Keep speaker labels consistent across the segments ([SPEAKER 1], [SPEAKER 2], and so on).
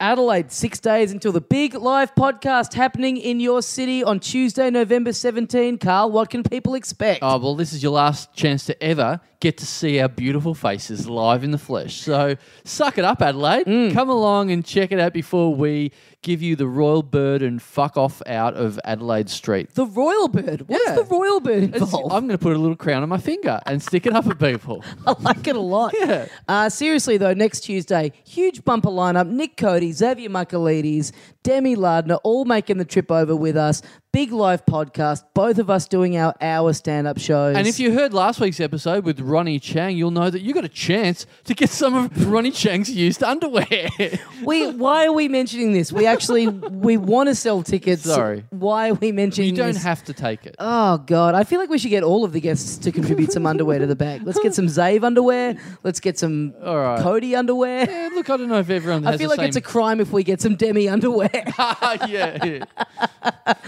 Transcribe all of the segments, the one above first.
[SPEAKER 1] Adelaide, six days until the big live podcast happening in your city on Tuesday, November 17. Carl, what can people expect?
[SPEAKER 2] Oh, well, this is your last chance to ever get to see our beautiful faces live in the flesh. So suck it up, Adelaide.
[SPEAKER 1] Mm.
[SPEAKER 2] Come along and check it out before we give you the royal bird and fuck off out of Adelaide Street.
[SPEAKER 1] the Royal Bird. What's
[SPEAKER 2] Yeah.
[SPEAKER 1] the Royal Bird
[SPEAKER 2] It's-
[SPEAKER 1] involved?
[SPEAKER 2] I'm going to put a little crown on my finger and stick it up at people.
[SPEAKER 1] I like it a lot.
[SPEAKER 2] Yeah.
[SPEAKER 1] Uh, seriously, though, next Tuesday, huge bumper lineup. Nick Cody, Xavier Michaelides, Demi Lardner, all making the trip over with us. Big live podcast, both of us doing our hour stand up shows.
[SPEAKER 2] And if you heard last week's episode with Ronnie Chang, you'll know that you got a chance to get some of Ronnie Chang's used underwear.
[SPEAKER 1] we, why are we mentioning this? We actually we want to sell tickets.
[SPEAKER 2] Sorry.
[SPEAKER 1] Why are we mentioning
[SPEAKER 2] you don't
[SPEAKER 1] this?
[SPEAKER 2] have to take it.
[SPEAKER 1] Oh God! I feel like we should get all of the guests to contribute some underwear to the bag. Let's get some Zave underwear. Let's get some
[SPEAKER 2] All right.
[SPEAKER 1] Cody underwear.
[SPEAKER 2] Yeah, look, I don't know if everyone has
[SPEAKER 1] I feel
[SPEAKER 2] the
[SPEAKER 1] like it's a
[SPEAKER 2] same-
[SPEAKER 1] crime if we get some Demi underwear.
[SPEAKER 2] yeah. yeah.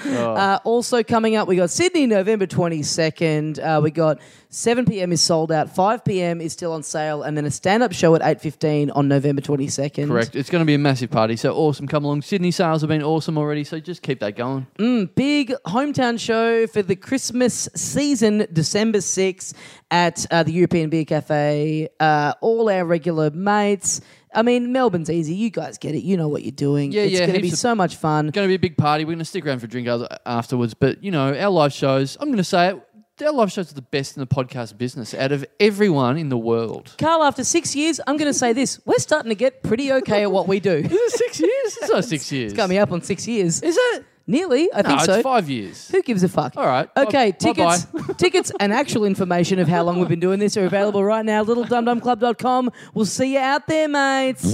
[SPEAKER 2] Oh.
[SPEAKER 1] Uh, also coming up, we got Sydney, November 22nd. Uh, we got 7 p.m. is sold out, 5 p.m. is still on sale, and then a stand-up show at 8.15 on November 22nd.
[SPEAKER 2] Correct. It's going to be a massive party. So awesome. Come along. Sydney sales have been awesome already. So just keep that going.
[SPEAKER 1] Big hometown show for the Christmas season, December 6th at uh, the European Beer Cafe. Uh, all our regular mates. I mean, Melbourne's easy. You guys get it. You know what you're doing.
[SPEAKER 2] Yeah,
[SPEAKER 1] it's
[SPEAKER 2] yeah,
[SPEAKER 1] going to be
[SPEAKER 2] heaps of-
[SPEAKER 1] so much fun.
[SPEAKER 2] It's going to be a big party. We're going to stick around for a drink a- afterwards. But, you know, our live shows, I'm going to say it, our live shows are the best in the podcast business out of everyone in the world.
[SPEAKER 1] Carl, after six years, I'm going to say this. We're starting to get pretty okay at what we do.
[SPEAKER 2] Is it six years? It's not six years.
[SPEAKER 1] It's got me up on six years.
[SPEAKER 2] Is it?
[SPEAKER 1] Nearly, I
[SPEAKER 2] No,
[SPEAKER 1] think so.
[SPEAKER 2] it's five years.
[SPEAKER 1] Who gives a fuck?
[SPEAKER 2] All right.
[SPEAKER 1] Okay,
[SPEAKER 2] Bye-
[SPEAKER 1] tickets tickets and actual information of how long we've been doing this are available right now. LittleDumDumClub.com. We'll see you out there, mates.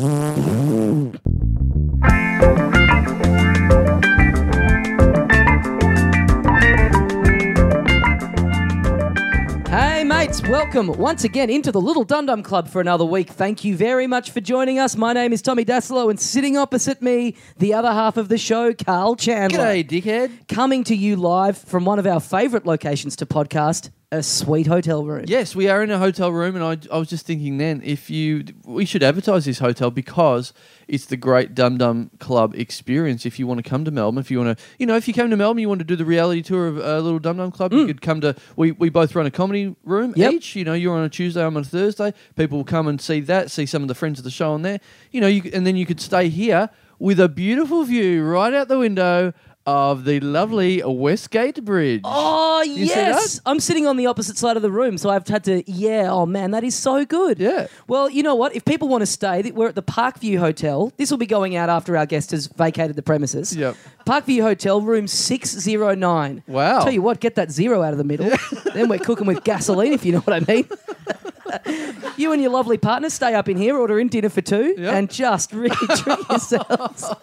[SPEAKER 1] Hey mates, welcome once again into the Little Dum Dum Club for another week. Thank you very much for joining us. My name is Tommy Daslow, and sitting opposite me, the other half of the show, Carl Chandler
[SPEAKER 2] G'day, dickhead.
[SPEAKER 1] coming to you live from one of our favourite locations to podcast, a sweet hotel room.
[SPEAKER 2] Yes, we are in a hotel room, and I, I was just thinking then if you we should advertise this hotel because it's the great Dum Dum Club experience. If you want to come to Melbourne, if you want to, you know, if you come to Melbourne, you want to do the reality tour of uh, Little Dum Dum Club, you could come to. We, we both run a comedy room
[SPEAKER 1] Mm. Yep.
[SPEAKER 2] each. You know, you're on a Tuesday, I'm on a Thursday. People will come and see that, see some of the friends of the show on there. You know, you, c- and then you could stay here with a beautiful view right out the window of the lovely Westgate Bridge.
[SPEAKER 1] Oh,
[SPEAKER 2] see
[SPEAKER 1] yes. I'm sitting on the opposite side of the room, so I've had to, yeah, oh man, that is so good.
[SPEAKER 2] Yeah.
[SPEAKER 1] Well, you know what? If people want to stay, th- we're at the Parkview Hotel. This will be going out after our guest has vacated the premises.
[SPEAKER 2] Yep.
[SPEAKER 1] Parkview Hotel, room 609.
[SPEAKER 2] Wow.
[SPEAKER 1] Tell you what, get that zero out of the middle. then we're cooking with gasoline, if you know what I mean. you and your lovely partner stay up in here, order in dinner for two,
[SPEAKER 2] Yep.
[SPEAKER 1] and just really treat yourselves.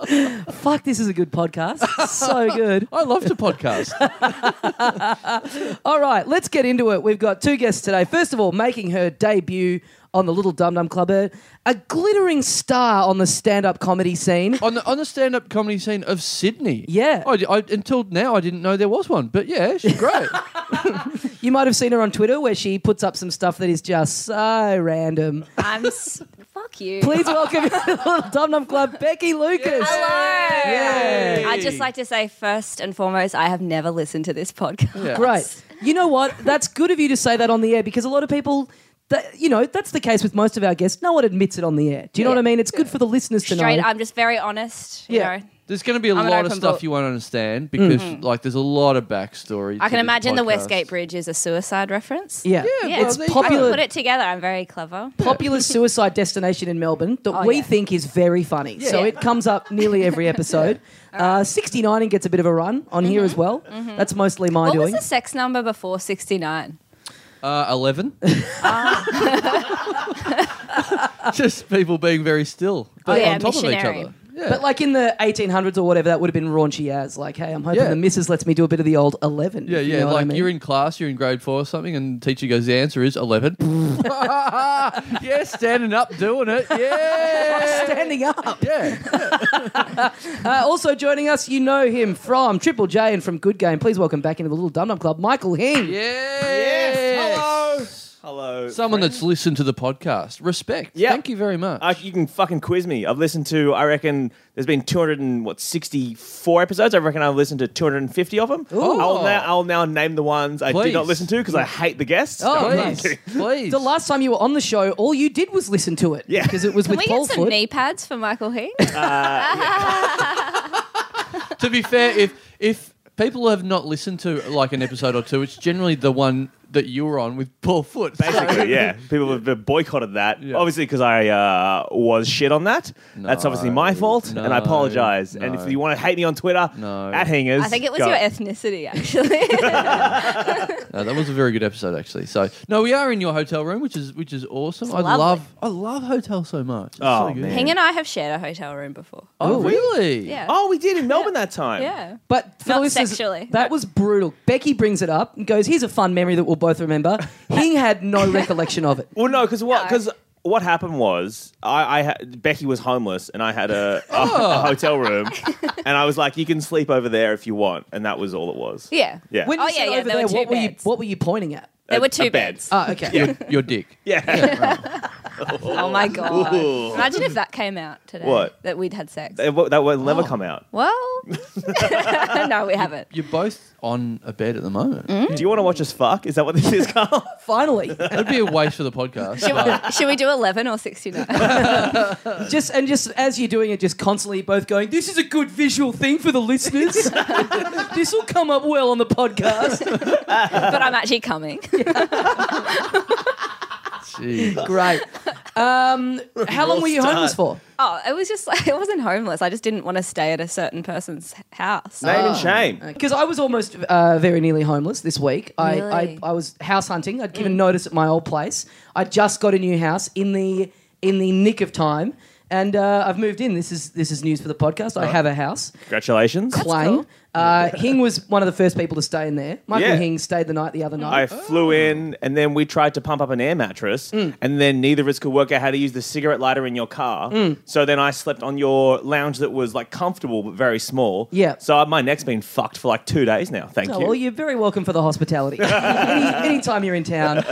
[SPEAKER 1] Fuck, this is a good podcast. So good.
[SPEAKER 2] I love to podcast.
[SPEAKER 1] All right, let's get into it. We've got two guests today. First of all, making her debut on the Little Dum Dum Club, a, a glittering star on the stand up comedy scene.
[SPEAKER 2] on the on the stand up comedy scene of Sydney.
[SPEAKER 1] Yeah.
[SPEAKER 2] I, I- until now I didn't know there was one, but yeah, she's great.
[SPEAKER 1] You might have seen her on Twitter where she puts up some stuff that is just so random.
[SPEAKER 3] I'm s- fuck you.
[SPEAKER 1] Please welcome to the Little Dum Dum Club, Becky Lucas.
[SPEAKER 3] Hello.
[SPEAKER 1] Yay.
[SPEAKER 3] I'd just like to say first and foremost, I have never listened to this podcast.
[SPEAKER 2] Yeah.
[SPEAKER 1] Great. You know what? That's good of you to say that on the air because a lot of people. That, you know that's the case with most of our guests. No one admits it on the air. Do you know
[SPEAKER 2] Yeah.
[SPEAKER 1] what I mean? It's good for the listeners to
[SPEAKER 3] Straight,
[SPEAKER 1] know.
[SPEAKER 3] I'm just very honest. You
[SPEAKER 1] Yeah.
[SPEAKER 3] know,
[SPEAKER 2] There's going to be a
[SPEAKER 3] I'm an
[SPEAKER 2] lot of
[SPEAKER 3] open
[SPEAKER 2] stuff
[SPEAKER 3] book.
[SPEAKER 2] you won't understand because like there's a lot of backstory.
[SPEAKER 3] I
[SPEAKER 2] to
[SPEAKER 3] can
[SPEAKER 2] this
[SPEAKER 3] imagine the
[SPEAKER 2] podcast.
[SPEAKER 3] Westgate Bridge is a suicide reference.
[SPEAKER 1] yeah,
[SPEAKER 2] Yeah,
[SPEAKER 3] well,
[SPEAKER 1] it's
[SPEAKER 2] there you go.
[SPEAKER 1] popular.
[SPEAKER 3] Put it together. I'm very clever.
[SPEAKER 1] popular suicide destination in Melbourne that
[SPEAKER 3] Oh,
[SPEAKER 1] we
[SPEAKER 3] yeah.
[SPEAKER 1] think is very funny. So
[SPEAKER 3] Yeah.
[SPEAKER 1] it comes up nearly every episode. Uh, 69 and gets a bit of a run on here as well. That's mostly my
[SPEAKER 3] Mm-hmm. What was
[SPEAKER 1] doing.
[SPEAKER 3] the sex number before 69?
[SPEAKER 2] Uh, Eleven. Just people being very still, but
[SPEAKER 3] yeah,
[SPEAKER 2] on top of
[SPEAKER 3] missionary.
[SPEAKER 2] each other. Yeah.
[SPEAKER 1] But like in the 1800s or whatever, that would have been raunchy as like, hey, I'm hoping
[SPEAKER 2] Yeah.
[SPEAKER 1] the missus lets me do a bit of the old 11.
[SPEAKER 2] yeah,
[SPEAKER 1] if
[SPEAKER 2] yeah.
[SPEAKER 1] You know what
[SPEAKER 2] like
[SPEAKER 1] I mean.
[SPEAKER 2] you're in class, you're in grade four or something, and the teacher goes, "The answer is 11. yeah, standing up, doing it. Yeah,
[SPEAKER 1] Standing up.
[SPEAKER 2] Yeah.
[SPEAKER 1] Uh, also joining us, you know him from Triple J and from Good Game. Please welcome back into the Little Dum Dum Club, Michael Hing.
[SPEAKER 2] Yes. Hello.
[SPEAKER 4] Hello.
[SPEAKER 2] Someone that's listened to the podcast. Respect.
[SPEAKER 4] Yeah.
[SPEAKER 2] Thank you very much.
[SPEAKER 4] Uh, you can fucking quiz me. I've listened to, I reckon, there's been 200 and what 64 episodes. I reckon I've listened to 250 of them. I'll now, I'll now name the ones I did not
[SPEAKER 2] Please.
[SPEAKER 4] listen to because I hate the guests.
[SPEAKER 1] Oh,
[SPEAKER 4] I'm
[SPEAKER 1] nice.
[SPEAKER 2] please.
[SPEAKER 4] kidding.
[SPEAKER 2] please.
[SPEAKER 1] The last time you were on the show, all you did was listen to it.
[SPEAKER 4] Yeah.
[SPEAKER 1] Because it was
[SPEAKER 3] Can
[SPEAKER 1] with
[SPEAKER 3] we
[SPEAKER 1] Paul
[SPEAKER 3] get some
[SPEAKER 1] Foot.
[SPEAKER 3] knee pads for Michael Heath?
[SPEAKER 2] to be fair, if if people have not listened to like an episode or two, it's generally the one that you were on with Paul Foot.
[SPEAKER 4] Basically, yeah. People have boycotted that. Obviously, because I uh, was shit on that. That's obviously my
[SPEAKER 2] No,
[SPEAKER 4] fault, and I
[SPEAKER 2] no,
[SPEAKER 4] apologize. And
[SPEAKER 2] no.
[SPEAKER 4] if you want to hate me on Twitter,
[SPEAKER 2] No.
[SPEAKER 4] at Hangers.
[SPEAKER 3] I think it was
[SPEAKER 4] go-
[SPEAKER 3] your ethnicity, actually.
[SPEAKER 2] No, that was a very good episode actually. So no, we are in your hotel room, which is which is awesome. I
[SPEAKER 3] lovely.
[SPEAKER 2] love I love hotel so much. It's
[SPEAKER 4] Oh,
[SPEAKER 2] so good.
[SPEAKER 4] man.
[SPEAKER 3] Hing and I have shared a hotel room before.
[SPEAKER 2] Oh really?
[SPEAKER 3] Yeah.
[SPEAKER 4] Oh, we did in Melbourne that time.
[SPEAKER 3] Yeah.
[SPEAKER 1] But for
[SPEAKER 3] Not
[SPEAKER 1] the listeners,
[SPEAKER 3] sexually.
[SPEAKER 1] that was brutal. Becky brings it up and goes, "Here's a fun memory that we'll both remember." Hing had no recollection of it.
[SPEAKER 4] Well, no, because what
[SPEAKER 3] No.
[SPEAKER 4] because what happened was I, I ha- Becky was homeless and I had a, a, a hotel room, and I was like, you can sleep over there if you want, and that was all it was.
[SPEAKER 3] Yeah.
[SPEAKER 4] Yeah.
[SPEAKER 1] When
[SPEAKER 3] Oh,
[SPEAKER 1] you
[SPEAKER 3] yeah,
[SPEAKER 1] said
[SPEAKER 3] yeah,
[SPEAKER 1] over
[SPEAKER 3] there were two
[SPEAKER 1] what were you
[SPEAKER 3] beds.
[SPEAKER 1] what were you pointing at?
[SPEAKER 3] There
[SPEAKER 4] A-
[SPEAKER 3] were
[SPEAKER 4] a
[SPEAKER 3] two
[SPEAKER 4] bed.
[SPEAKER 3] beds.
[SPEAKER 1] Ah, okay.
[SPEAKER 2] Your, your dick.
[SPEAKER 4] yeah.
[SPEAKER 3] Oh my god!
[SPEAKER 4] Ooh.
[SPEAKER 3] Imagine if that came out today.
[SPEAKER 4] What?
[SPEAKER 3] That we'd had sex.
[SPEAKER 4] It wo- that will never come out.
[SPEAKER 3] well, no, we haven't.
[SPEAKER 2] You're both on a bed at the moment.
[SPEAKER 4] Do you want to watch us fuck? Is that what this is, Carl?
[SPEAKER 1] Finally,
[SPEAKER 2] That'd be a waste for the podcast.
[SPEAKER 3] Should
[SPEAKER 2] but-
[SPEAKER 3] we, should we do eleven or sixty-nine?
[SPEAKER 1] just and just as you're doing it, just constantly both going, "This is a good visual thing for the listeners. this will come up well on the podcast."
[SPEAKER 3] but I'm actually coming.
[SPEAKER 2] Jeez.
[SPEAKER 1] Great. Um, how long
[SPEAKER 4] We'll
[SPEAKER 1] were you
[SPEAKER 4] start.
[SPEAKER 1] homeless for?
[SPEAKER 3] Oh, it was just like it wasn't homeless. I just didn't want to stay at a certain person's house.
[SPEAKER 4] Name and shame.
[SPEAKER 1] Because I was almost uh, very nearly homeless this week. I,
[SPEAKER 3] Really? Mm.
[SPEAKER 1] I, I was house hunting. I'd given notice at my old place. I just got a new house in the in the nick of time, and uh, I've moved in. This is this is news for the podcast. I have a house.
[SPEAKER 4] Congratulations.
[SPEAKER 1] Plain.
[SPEAKER 3] cool.
[SPEAKER 1] Uh, Hing was one of the first people to stay in there. Michael
[SPEAKER 4] Yeah.
[SPEAKER 1] Hing stayed the night the
[SPEAKER 3] Mm.
[SPEAKER 1] other night.
[SPEAKER 4] I flew in, and then we tried to pump up an air mattress, and then neither of us could work out how to use the cigarette lighter in your car. So then I slept on your lounge that was like comfortable but very small.
[SPEAKER 1] Yeah.
[SPEAKER 4] So my neck's been fucked for like two days now. Thank
[SPEAKER 1] Oh,
[SPEAKER 4] you.
[SPEAKER 1] well, you're very welcome for the hospitality. Any, anytime you're in town.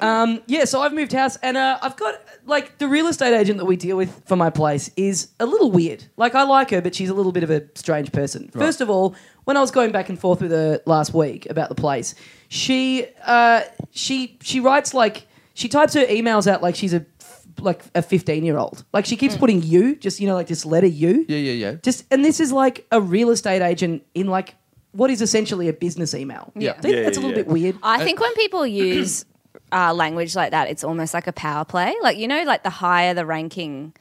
[SPEAKER 1] Um, yeah, so I've moved house and uh, I've got, like, the real estate agent that we deal with for my place is a little weird. Like, I like her, but she's a little bit of a strange person. First of all, when I was going back and forth with her last week about the place, she, uh, she, she writes, like, she types her emails out like she's a, f- like, a 15 year old. Like, she
[SPEAKER 4] Mm.
[SPEAKER 1] keeps putting you, just, you know, like this letter U
[SPEAKER 2] Yeah, yeah, yeah.
[SPEAKER 1] just and this is like a real estate agent in like what is essentially a business email.
[SPEAKER 3] Yeah.
[SPEAKER 1] I think
[SPEAKER 4] Yeah,
[SPEAKER 1] that's a
[SPEAKER 4] yeah,
[SPEAKER 1] little
[SPEAKER 4] yeah.
[SPEAKER 1] bit weird.
[SPEAKER 3] I think when people use uh, language like that, it's almost like a power play. Like you know, like the higher the ranking,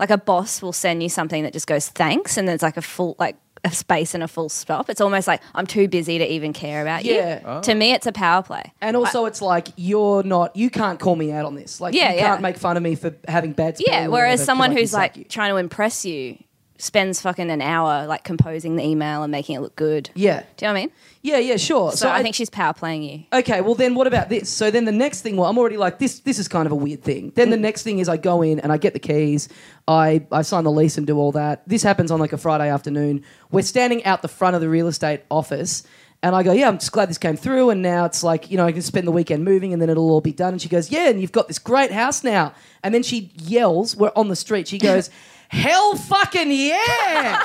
[SPEAKER 3] like a boss will send you something that just goes thanks, and there's like a full like a space and a full stop. It's almost like I'm too busy to even care about you.
[SPEAKER 1] Yeah.
[SPEAKER 3] To me, it's a power play.
[SPEAKER 1] And also, it's like you're not, you can't call me out on this. Like,
[SPEAKER 3] Yeah,
[SPEAKER 1] you
[SPEAKER 3] yeah.
[SPEAKER 1] can't make fun of me for having bad. spelling
[SPEAKER 3] Yeah.
[SPEAKER 1] or whatever,
[SPEAKER 3] Whereas
[SPEAKER 1] 'cause
[SPEAKER 3] someone
[SPEAKER 1] I
[SPEAKER 3] who's
[SPEAKER 1] dislike
[SPEAKER 3] like
[SPEAKER 1] you.
[SPEAKER 3] trying to impress you spends fucking an hour like composing the email and making it look good.
[SPEAKER 1] yeah,
[SPEAKER 3] Do you know what I mean?
[SPEAKER 1] yeah, yeah, sure.
[SPEAKER 3] So, I, think she's power playing you.
[SPEAKER 1] okay, well then what about this? So then the next thing, well, I'm already like this. This is kind of a weird thing. Then the next thing is I go in and I get the keys. I I sign the lease and do all that. This happens on like a Friday afternoon. We're standing out the front of the real estate office. And I go, yeah, I'm just glad this came through. And now it's like, you know, I can spend the weekend moving and then it'll all be done. And she goes, yeah, and you've got this great house now. And then she yells, we're on the street. She goes, hell fucking yeah.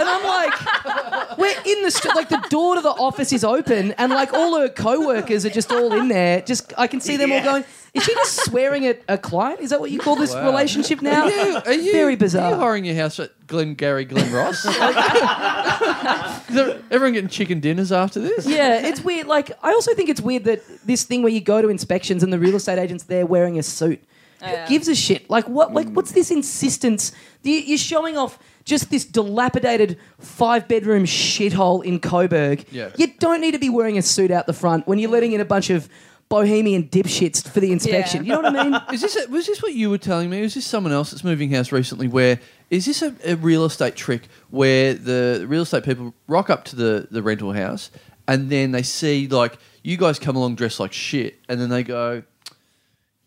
[SPEAKER 1] and I'm like, we're in the street, like the door to the office is open, and like all her co-workers are just all in there. Just I can see them all going. Is she just swearing at a client? Is that what you call this
[SPEAKER 2] Wow.
[SPEAKER 1] relationship now?
[SPEAKER 2] Are you, are you,
[SPEAKER 1] Very
[SPEAKER 2] Are you
[SPEAKER 1] bizarre.
[SPEAKER 2] hiring your house at Glen Gary Glen Ross? Is there- everyone getting chicken dinners after this?
[SPEAKER 1] yeah, it's weird. Like I also think it's weird that this thing where you go to inspections and the real estate agents there wearing a suit. Who
[SPEAKER 3] Oh, yeah.
[SPEAKER 1] gives a shit? Like what? Like what's this insistence? You- You're showing off just this dilapidated five bedroom shithole in Coburg.
[SPEAKER 2] Yeah.
[SPEAKER 1] You don't need to be wearing a suit out the front when you're letting in a bunch of bohemian dipshits for the inspection.
[SPEAKER 3] Yeah.
[SPEAKER 1] You know what I mean?
[SPEAKER 2] Is this a, was this what you were telling me? Is this someone else that's moving house recently? Where is this a, a real estate trick where the real estate people rock up to the, the rental house and then they see like you guys come along dressed like shit and then they go,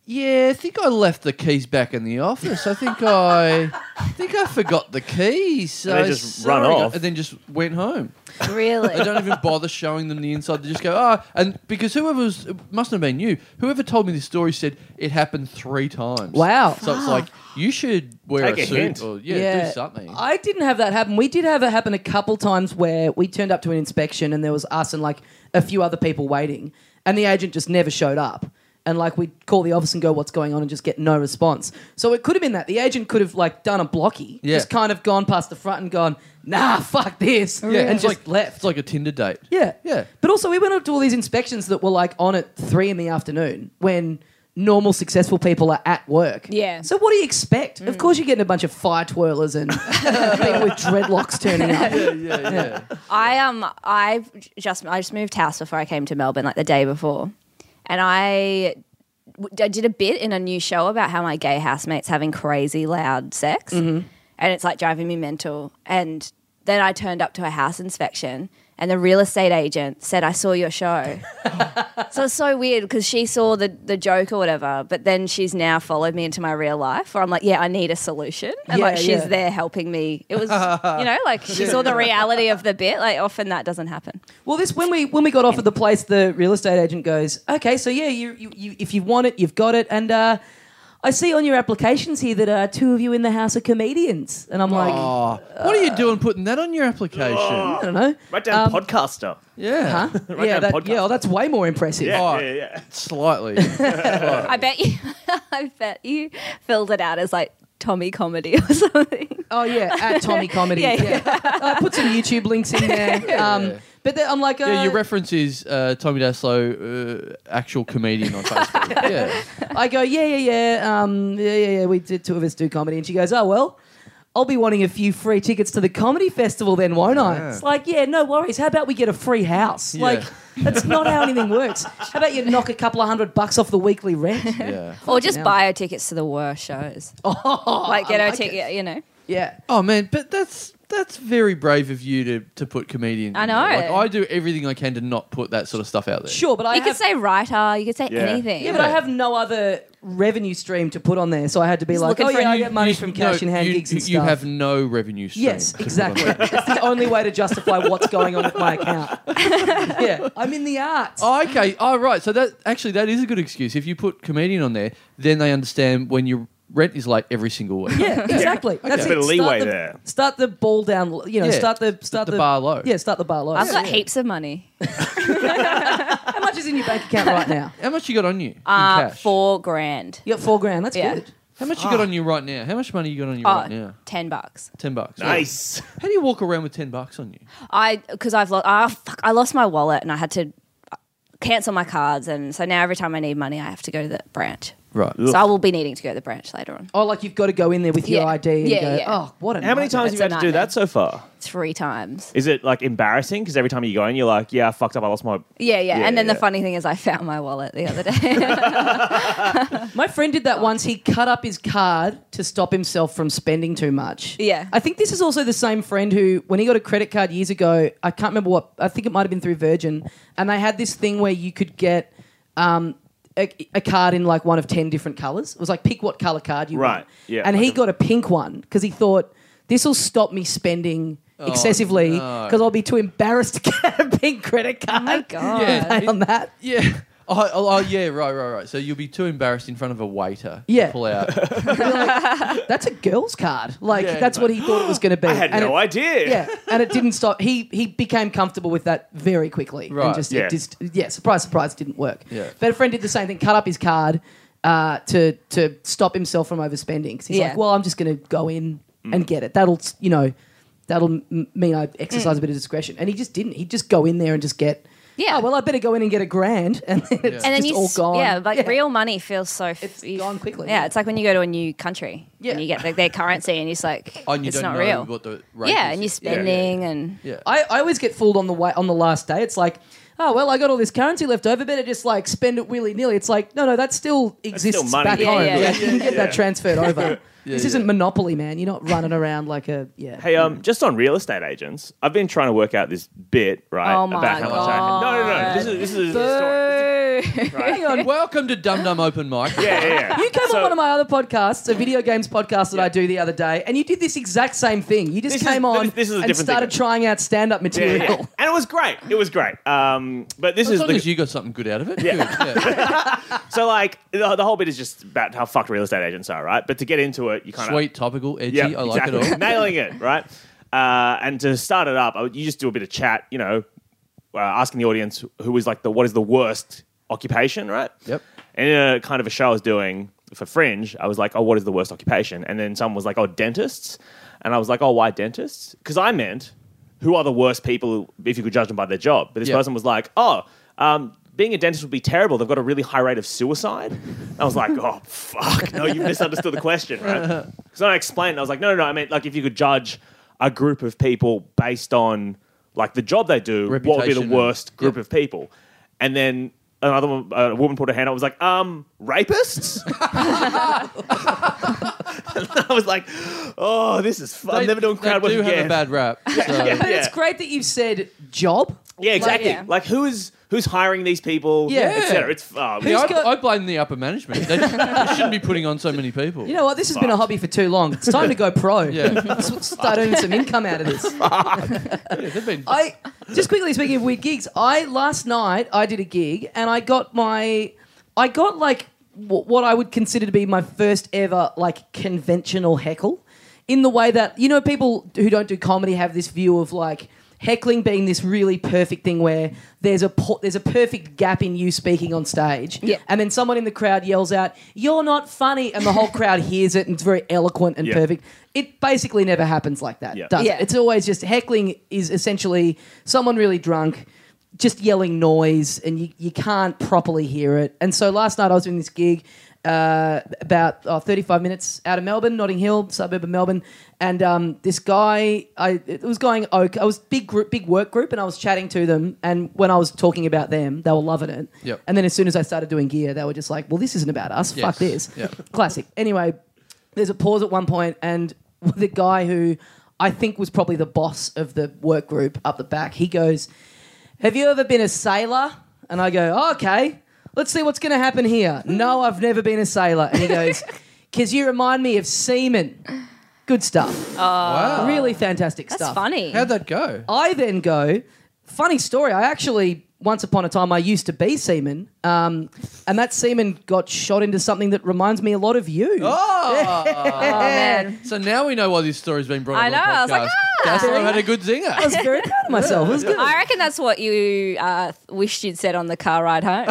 [SPEAKER 2] yeah, I think I left the keys back in the office. I think I, I think think I forgot the keys. So
[SPEAKER 4] And they just
[SPEAKER 2] sorry,
[SPEAKER 4] run
[SPEAKER 2] guys,"
[SPEAKER 4] off.
[SPEAKER 2] and then just went home.
[SPEAKER 3] Really?
[SPEAKER 2] They don't even bother showing them the inside. They just go, oh, and because whoever was, it mustn't have been you, whoever told me this story said it happened three times.
[SPEAKER 1] Wow.
[SPEAKER 2] So it's like, you should wear
[SPEAKER 4] Take a
[SPEAKER 2] suit
[SPEAKER 4] hint.
[SPEAKER 2] or, yeah, do something.
[SPEAKER 1] I didn't have that happen. We did have it happen a couple times where we turned up to an inspection and there was us and like a few other people waiting, and the agent just never showed up. And like we would call the office and go, "What's going on?" and just get no response. So it could have been that the agent could have like done a blocky,
[SPEAKER 2] Yeah.
[SPEAKER 1] just kind of gone past the front and gone, "Nah, fuck this,"
[SPEAKER 2] yeah,
[SPEAKER 1] and
[SPEAKER 2] it's
[SPEAKER 1] just
[SPEAKER 2] like,
[SPEAKER 1] left.
[SPEAKER 2] It's like a Tinder date.
[SPEAKER 1] Yeah.
[SPEAKER 2] Yeah.
[SPEAKER 1] But also, we went up to all these inspections that were like on at three in the afternoon when normal successful people are at work.
[SPEAKER 3] Yeah.
[SPEAKER 1] So, what do you expect? Of course, you're getting a bunch of fire twirlers and people with dreadlocks turning up.
[SPEAKER 2] Yeah, yeah.
[SPEAKER 3] I um I just I just moved house before I came to Melbourne like the day before, and I, w- I did a bit in a new show about how my gay housemates having crazy loud sex,
[SPEAKER 1] Mm-hmm.
[SPEAKER 3] and it's like driving me mental. And then I turned up to a house inspection, and the real estate agent said, "I saw your show." so it's so weird because she saw the the joke or whatever, but then she's now followed me into my real life where I'm like, "Yeah, I need a solution," and
[SPEAKER 1] Yeah,
[SPEAKER 3] like she's
[SPEAKER 1] yeah.
[SPEAKER 3] there there helping me. It was, you know, like she saw the reality of the bit. Like often that doesn't happen.
[SPEAKER 1] Well, this when we when we got offered the place, the real estate agent goes, "Okay, so yeah, you, you, you if you want it, you've got it." And uh, I see on your applications here that uh, two of you in the house are comedians, and I'm like,
[SPEAKER 2] Oh, what are you doing putting that on your application?
[SPEAKER 1] I don't know,
[SPEAKER 4] Write down podcaster.
[SPEAKER 2] Yeah.
[SPEAKER 1] huh?
[SPEAKER 4] Right
[SPEAKER 1] yeah,
[SPEAKER 4] down
[SPEAKER 1] that,
[SPEAKER 4] podcast.
[SPEAKER 1] yeah, oh, that's way more impressive.
[SPEAKER 4] Yeah,
[SPEAKER 2] Oh.
[SPEAKER 4] yeah, yeah.
[SPEAKER 2] Slightly.
[SPEAKER 3] I bet you, I bet you filled it out as like Tommy comedy or something.
[SPEAKER 1] Oh yeah, at Tommy Comedy. yeah,
[SPEAKER 3] Yeah, yeah.
[SPEAKER 1] Uh, put some YouTube links in there. Um, but then I'm like, uh,
[SPEAKER 2] yeah, your reference is uh, Tommy Daslow, uh, actual comedian on Facebook. yeah.
[SPEAKER 1] I go, yeah, yeah, yeah, um, yeah, yeah, yeah. We did two of us do comedy, and she goes, oh well, I'll be wanting a few free tickets to the comedy festival, then, won't I?
[SPEAKER 2] Yeah.
[SPEAKER 1] It's like, yeah, no worries. How about we get a free house?
[SPEAKER 2] Yeah.
[SPEAKER 1] Like, that's not how anything works. How about you knock a couple of hundred bucks off the weekly rent?
[SPEAKER 2] Yeah.
[SPEAKER 3] Or just
[SPEAKER 1] hell.
[SPEAKER 3] buy her tickets to the worst shows.
[SPEAKER 1] Oh,
[SPEAKER 3] like get
[SPEAKER 1] I
[SPEAKER 3] her
[SPEAKER 1] like
[SPEAKER 3] ticket, you know.
[SPEAKER 1] Yeah.
[SPEAKER 2] Oh man, but that's that's very brave of you to, to put comedian.
[SPEAKER 3] I
[SPEAKER 2] in there.
[SPEAKER 3] know.
[SPEAKER 2] Like I do everything I can to not put that sort of stuff out there.
[SPEAKER 1] Sure, but I
[SPEAKER 3] you
[SPEAKER 1] have,
[SPEAKER 3] could say writer, you could say
[SPEAKER 4] Yeah.
[SPEAKER 3] anything.
[SPEAKER 1] yeah, but I have no other revenue stream to put on there, so I had to be like,
[SPEAKER 3] looking
[SPEAKER 1] oh
[SPEAKER 3] for
[SPEAKER 1] yeah, I
[SPEAKER 3] you-
[SPEAKER 1] get money
[SPEAKER 2] You-
[SPEAKER 1] from cash
[SPEAKER 2] no,
[SPEAKER 1] in hand
[SPEAKER 2] you,
[SPEAKER 1] gigs and
[SPEAKER 2] You
[SPEAKER 1] stuff.
[SPEAKER 2] have no revenue stream.
[SPEAKER 1] Yes,
[SPEAKER 2] to put on
[SPEAKER 1] exactly.
[SPEAKER 2] that.
[SPEAKER 1] It's the only way to justify what's going on with my account. yeah, I'm in the arts.
[SPEAKER 2] Oh, okay. Oh, right. So that actually that is a good excuse. If you put comedian on there, then they understand when your rent is late every single week.
[SPEAKER 1] Yeah, exactly. That's
[SPEAKER 4] A
[SPEAKER 1] it.
[SPEAKER 4] bit of
[SPEAKER 1] Start
[SPEAKER 4] leeway
[SPEAKER 1] the-
[SPEAKER 4] there.
[SPEAKER 1] Start the ball down. l- You know,
[SPEAKER 2] Yeah,
[SPEAKER 1] start the
[SPEAKER 2] the-
[SPEAKER 1] start
[SPEAKER 2] the bar low.
[SPEAKER 1] Yeah, start the bar low.
[SPEAKER 3] I've
[SPEAKER 1] Yeah.
[SPEAKER 3] got heaps of money.
[SPEAKER 1] How much is in your bank account right now?
[SPEAKER 2] How much you got on you in
[SPEAKER 3] Uh,
[SPEAKER 2] cash?
[SPEAKER 3] four grand.
[SPEAKER 1] You got four grand. That's
[SPEAKER 3] Yeah.
[SPEAKER 1] good.
[SPEAKER 2] How much
[SPEAKER 1] Ah.
[SPEAKER 2] you got on you right now? How much money you got on you
[SPEAKER 1] Uh,
[SPEAKER 3] Oh,
[SPEAKER 2] right now?
[SPEAKER 3] 10 bucks.
[SPEAKER 2] Ten bucks. Yeah.
[SPEAKER 4] Nice.
[SPEAKER 2] How do you walk around with ten bucks on you?
[SPEAKER 3] I because I've lost. Ah, fuck! I lost my wallet and I had to uh, cancel my cards, and so now every time I need money, I have to go to the branch.
[SPEAKER 2] Right.
[SPEAKER 3] So I will be needing to go to the branch later on.
[SPEAKER 1] Oh, like you've got to go in there with your
[SPEAKER 3] Yeah.
[SPEAKER 1] ID and
[SPEAKER 3] Yeah,
[SPEAKER 1] go.
[SPEAKER 3] yeah.
[SPEAKER 1] Oh, what a
[SPEAKER 4] How many times have you
[SPEAKER 3] That's
[SPEAKER 4] had
[SPEAKER 3] a
[SPEAKER 4] to do
[SPEAKER 3] nightmare.
[SPEAKER 4] that so far?
[SPEAKER 3] Three times.
[SPEAKER 4] Is it like embarrassing? Because every time you go in, you're like, yeah, I fucked up. I lost my.
[SPEAKER 3] Yeah, yeah.
[SPEAKER 4] Yeah,
[SPEAKER 3] and then
[SPEAKER 4] yeah.
[SPEAKER 3] the funny thing is, I found my wallet the other day.
[SPEAKER 1] My friend did that once. He cut up his card to stop himself from spending too much.
[SPEAKER 3] Yeah.
[SPEAKER 1] I think this is also the same friend who, when he got a credit card years ago, I can't remember what, I think it might have been through Virgin, and they had this thing where you could get um, a, a card in like one of 10 different colors. It was like pick what color card you
[SPEAKER 4] Right.
[SPEAKER 1] want.
[SPEAKER 4] Yeah.
[SPEAKER 1] And he
[SPEAKER 4] Like a-
[SPEAKER 1] got a pink one because he thought, this will stop me spending
[SPEAKER 4] Oh,
[SPEAKER 1] excessively
[SPEAKER 2] no.
[SPEAKER 1] because I'll be too embarrassed to get a pink credit card.
[SPEAKER 3] Oh my God.
[SPEAKER 2] Yeah.
[SPEAKER 1] on that.
[SPEAKER 2] Yeah. Oh, oh, oh, yeah, right, right, right. So you'll be too embarrassed in front of a waiter
[SPEAKER 1] Yeah.
[SPEAKER 2] to pull out.
[SPEAKER 1] That's a girl's card. Like,
[SPEAKER 2] Yeah.
[SPEAKER 1] that's what he thought it was going to be.
[SPEAKER 4] I had
[SPEAKER 1] And
[SPEAKER 4] no
[SPEAKER 1] it-
[SPEAKER 4] idea.
[SPEAKER 1] yeah, and it didn't stop. He he became comfortable with that very quickly. And
[SPEAKER 2] Right.
[SPEAKER 1] just,
[SPEAKER 4] Yeah.
[SPEAKER 1] It just yeah, surprise, surprise, didn't work.
[SPEAKER 2] Yeah.
[SPEAKER 1] But a friend did the same thing, cut up his card uh, to to stop himself from overspending because he's
[SPEAKER 3] Yeah.
[SPEAKER 1] like, well, I'm just going to go in
[SPEAKER 4] Mm.
[SPEAKER 1] and get it. That'll you know, that'll m- mean I exercise a bit of discretion. And he just didn't. He'd just go in there and just get.
[SPEAKER 3] Mm. Yeah.
[SPEAKER 1] Oh well, I better go in and get a grand, and then it's
[SPEAKER 3] and then
[SPEAKER 1] just
[SPEAKER 3] you,
[SPEAKER 1] all
[SPEAKER 3] s-
[SPEAKER 1] gone.
[SPEAKER 3] yeah, like real money feels so. F-
[SPEAKER 1] It's
[SPEAKER 3] you-
[SPEAKER 1] gone quickly,
[SPEAKER 3] Yeah,
[SPEAKER 1] yeah.
[SPEAKER 3] it's like when you go to a new country
[SPEAKER 1] Yeah.
[SPEAKER 3] and you get like, their currency, and it's like
[SPEAKER 2] Oh, and you
[SPEAKER 3] it's
[SPEAKER 2] don't
[SPEAKER 3] not
[SPEAKER 2] know
[SPEAKER 3] real.
[SPEAKER 2] what the rate
[SPEAKER 3] yeah,
[SPEAKER 2] is.
[SPEAKER 3] and
[SPEAKER 2] Yeah,
[SPEAKER 3] you're
[SPEAKER 2] yeah, yeah.
[SPEAKER 3] spending, and
[SPEAKER 2] Yeah.
[SPEAKER 1] I, I always get fooled on the way on the last day. It's like, oh well, I got all this currency left over, better just like spend it willy nilly. It's like, no, no, that still exists
[SPEAKER 4] money.
[SPEAKER 1] back
[SPEAKER 4] Yeah,
[SPEAKER 1] home.
[SPEAKER 3] yeah,
[SPEAKER 1] Yeah,
[SPEAKER 3] yeah.
[SPEAKER 1] you can get that transferred over. this isn't Monopoly, man. You're not running around like a yeah.
[SPEAKER 4] Hey, um, just on real estate agents, I've been trying to work out this bit, right?
[SPEAKER 3] Oh my
[SPEAKER 4] about how much I No, no, no. This is this is a story.
[SPEAKER 3] Boo.
[SPEAKER 1] Hang on.
[SPEAKER 2] Welcome to Dum Dum Open Mic.
[SPEAKER 4] Yeah, yeah, yeah.
[SPEAKER 1] You came
[SPEAKER 4] So-
[SPEAKER 1] on one of my other podcasts, a video games podcast that I do the other day, and you did this exact same thing. You just
[SPEAKER 4] This is-
[SPEAKER 1] came on
[SPEAKER 4] this is a
[SPEAKER 1] and
[SPEAKER 4] different
[SPEAKER 1] started
[SPEAKER 4] thing.
[SPEAKER 1] trying out stand-up
[SPEAKER 4] Yeah,
[SPEAKER 1] material.
[SPEAKER 4] yeah, yeah. And it was great. It was great. Um, but this
[SPEAKER 2] As
[SPEAKER 4] is
[SPEAKER 2] long
[SPEAKER 4] the,
[SPEAKER 2] as you got something good out of it. good, yeah.
[SPEAKER 4] so like the, the whole bit is just about how fucked real estate agents are, right? But to get into it, you kind of
[SPEAKER 2] Sweet, topical, edgy.
[SPEAKER 4] Yeah,
[SPEAKER 2] I like
[SPEAKER 4] exactly.
[SPEAKER 2] it all.
[SPEAKER 4] Nailing it, right? Uh, and to start it up, I would- you just do a bit of chat, you know, uh, asking the audience who is like the what is the worst occupation, right?
[SPEAKER 2] Yep.
[SPEAKER 4] And in a kind of a show I was doing for Fringe, I was like, oh, what is the worst occupation? And then someone was like, oh, dentists. And I was like, oh, why dentists? Because I meant who are the worst people if you could judge them by their job. But this
[SPEAKER 2] Yeah.
[SPEAKER 4] person was like, oh, um, being a dentist would be terrible. They've got a really high rate of suicide. I was like, oh, fuck. No, you misunderstood the question, right? So I explained. I was like, no, no, no. I meant like if you could judge a group of people based on like the job they do, what would be the
[SPEAKER 2] Reputation and-
[SPEAKER 4] worst group
[SPEAKER 2] Yep.
[SPEAKER 4] of people? And then another one, a woman put her hand up and was like, um, rapists? and I was like, oh, this is fun. I'm never doing crowd
[SPEAKER 2] they
[SPEAKER 4] work
[SPEAKER 2] do
[SPEAKER 4] again.
[SPEAKER 2] have a bad rap. So.
[SPEAKER 4] Yeah.
[SPEAKER 1] But it's great that you've said job.
[SPEAKER 4] Yeah, exactly. Like,
[SPEAKER 3] yeah.
[SPEAKER 4] who is who's hiring these people?
[SPEAKER 1] Yeah.
[SPEAKER 4] et cetera. It's oh,
[SPEAKER 2] Yeah, I,
[SPEAKER 1] got-
[SPEAKER 2] I blame the upper management. They, they shouldn't be putting on so many people.
[SPEAKER 1] You know what? This has been a hobby for too long. It's time to go pro.
[SPEAKER 2] Yeah.
[SPEAKER 1] Let's Start earning some income out of this.
[SPEAKER 2] Yeah, they've been
[SPEAKER 1] I just quickly speaking of weird gigs, I last night I did a gig and I got my I got like w- what I would consider to be my first ever like conventional heckle in the way that you know people who don't do comedy have this view of like heckling being this really perfect thing where there's a po- there's a perfect gap in you speaking on stage
[SPEAKER 3] Yeah.
[SPEAKER 1] and then someone in the crowd yells out you're not funny and the whole crowd hears it and it's very eloquent and
[SPEAKER 4] Yeah.
[SPEAKER 1] perfect it basically never happens like that
[SPEAKER 4] Yeah.
[SPEAKER 1] does it?
[SPEAKER 3] Yeah.
[SPEAKER 1] It's always just heckling is essentially someone really drunk just yelling noise and you, you can't properly hear it. And so last night I was doing this gig uh, about oh, 35 minutes out of Melbourne, Notting Hill, suburb of Melbourne. And um, this guy, I it was going okay. I was big group, big work group, and I was chatting to them. And when I was talking about them, they were loving it.
[SPEAKER 2] Yep.
[SPEAKER 1] And then as soon as I started doing gear, they were just like, "Well, this isn't about us. Fuck
[SPEAKER 2] Yes.
[SPEAKER 1] this."
[SPEAKER 2] Yep.
[SPEAKER 1] Classic. Anyway, there's a pause at one point, and the guy who I think was probably the boss of the work group up the back, he goes, Have you ever been a sailor? And I go, "Oh, Okay, let's see what's going to happen here. No, I've never been a sailor. And he goes, Because you remind me of seamen. Good stuff.
[SPEAKER 2] wow.
[SPEAKER 1] really fantastic
[SPEAKER 3] Oh. That's
[SPEAKER 1] stuff.
[SPEAKER 3] funny.
[SPEAKER 2] How'd that go?
[SPEAKER 1] I then go, funny story. I actually once upon a time I used to be seaman, um, and that seaman got shot into something that reminds me a lot of you.
[SPEAKER 2] Oh,
[SPEAKER 3] oh, man.
[SPEAKER 2] so now we know why this story's been brought
[SPEAKER 3] I
[SPEAKER 2] up.
[SPEAKER 3] know, I
[SPEAKER 2] On
[SPEAKER 3] was
[SPEAKER 2] the podcast.
[SPEAKER 3] like, ah.
[SPEAKER 2] Gaslo had a good zinger.
[SPEAKER 1] I was very proud of myself. It was good.
[SPEAKER 3] I reckon that's what you uh, wished you'd said on the car ride home.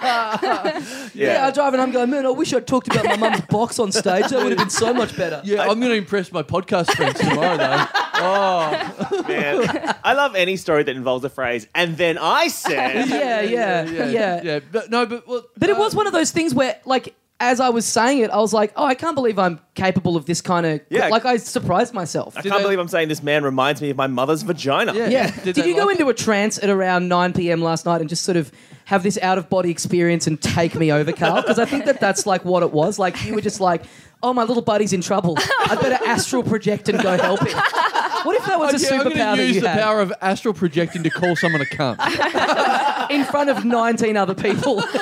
[SPEAKER 1] Yeah, I was driving home going, man, I wish I'd talked about my mum's box on stage. That would have been so much better.
[SPEAKER 2] Yeah, I'm going to impress my podcast friends tomorrow, though. Oh,
[SPEAKER 4] man. I love any story that involves the phrase, and then I said,
[SPEAKER 1] Yeah, yeah, yeah.
[SPEAKER 2] yeah. But, no, but well,
[SPEAKER 1] But it
[SPEAKER 2] uh,
[SPEAKER 1] was one of those things where, like, as I was saying it, I was like, oh, I can't believe I'm capable of this kind of.
[SPEAKER 4] Yeah.
[SPEAKER 1] Like, I surprised myself.
[SPEAKER 4] I
[SPEAKER 2] Did
[SPEAKER 4] can't
[SPEAKER 2] they-
[SPEAKER 4] believe I'm saying this man reminds me of my mother's vagina.
[SPEAKER 2] Yeah.
[SPEAKER 1] Yeah.
[SPEAKER 2] Did
[SPEAKER 1] Did,
[SPEAKER 2] they
[SPEAKER 1] you go
[SPEAKER 2] like
[SPEAKER 1] into a trance at around 9 p.m. last night and just sort of have this out of body experience and take me over, Carl? Because I think that that's like what it was. Like you were just like, oh, my little buddy's in trouble. I better astral project and go help him. What if that was a
[SPEAKER 2] Okay, I'm
[SPEAKER 1] superpower
[SPEAKER 2] going to
[SPEAKER 1] that
[SPEAKER 2] use
[SPEAKER 1] you
[SPEAKER 2] the
[SPEAKER 1] had
[SPEAKER 2] power of astral projecting to call someone a cunt.
[SPEAKER 1] in front of 19 other people?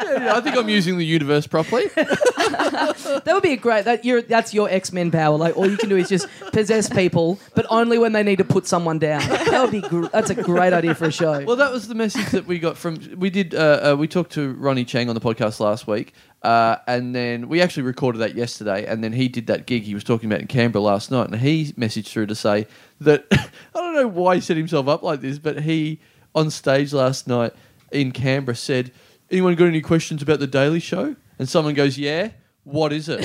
[SPEAKER 2] Yeah, I think I'm using the universe properly.
[SPEAKER 1] That would be a great. That you're, that's your X Men power. Like all you can do is just possess people, but only when they need to put someone down. That would be. Gr- that's a great idea for a show.
[SPEAKER 2] Well, that was the message that we got from. We did. Uh, uh, we talked to Ronnie Chang on the podcast last week, uh, and then we actually recorded that yesterday. And then he did that gig he was talking about in Canberra last night, and he messaged through to say that I don't know why he set himself up like this, but he on stage last night in Canberra said, "Anyone got any questions about the Daily Show?" And someone goes, "Yeah." What is it?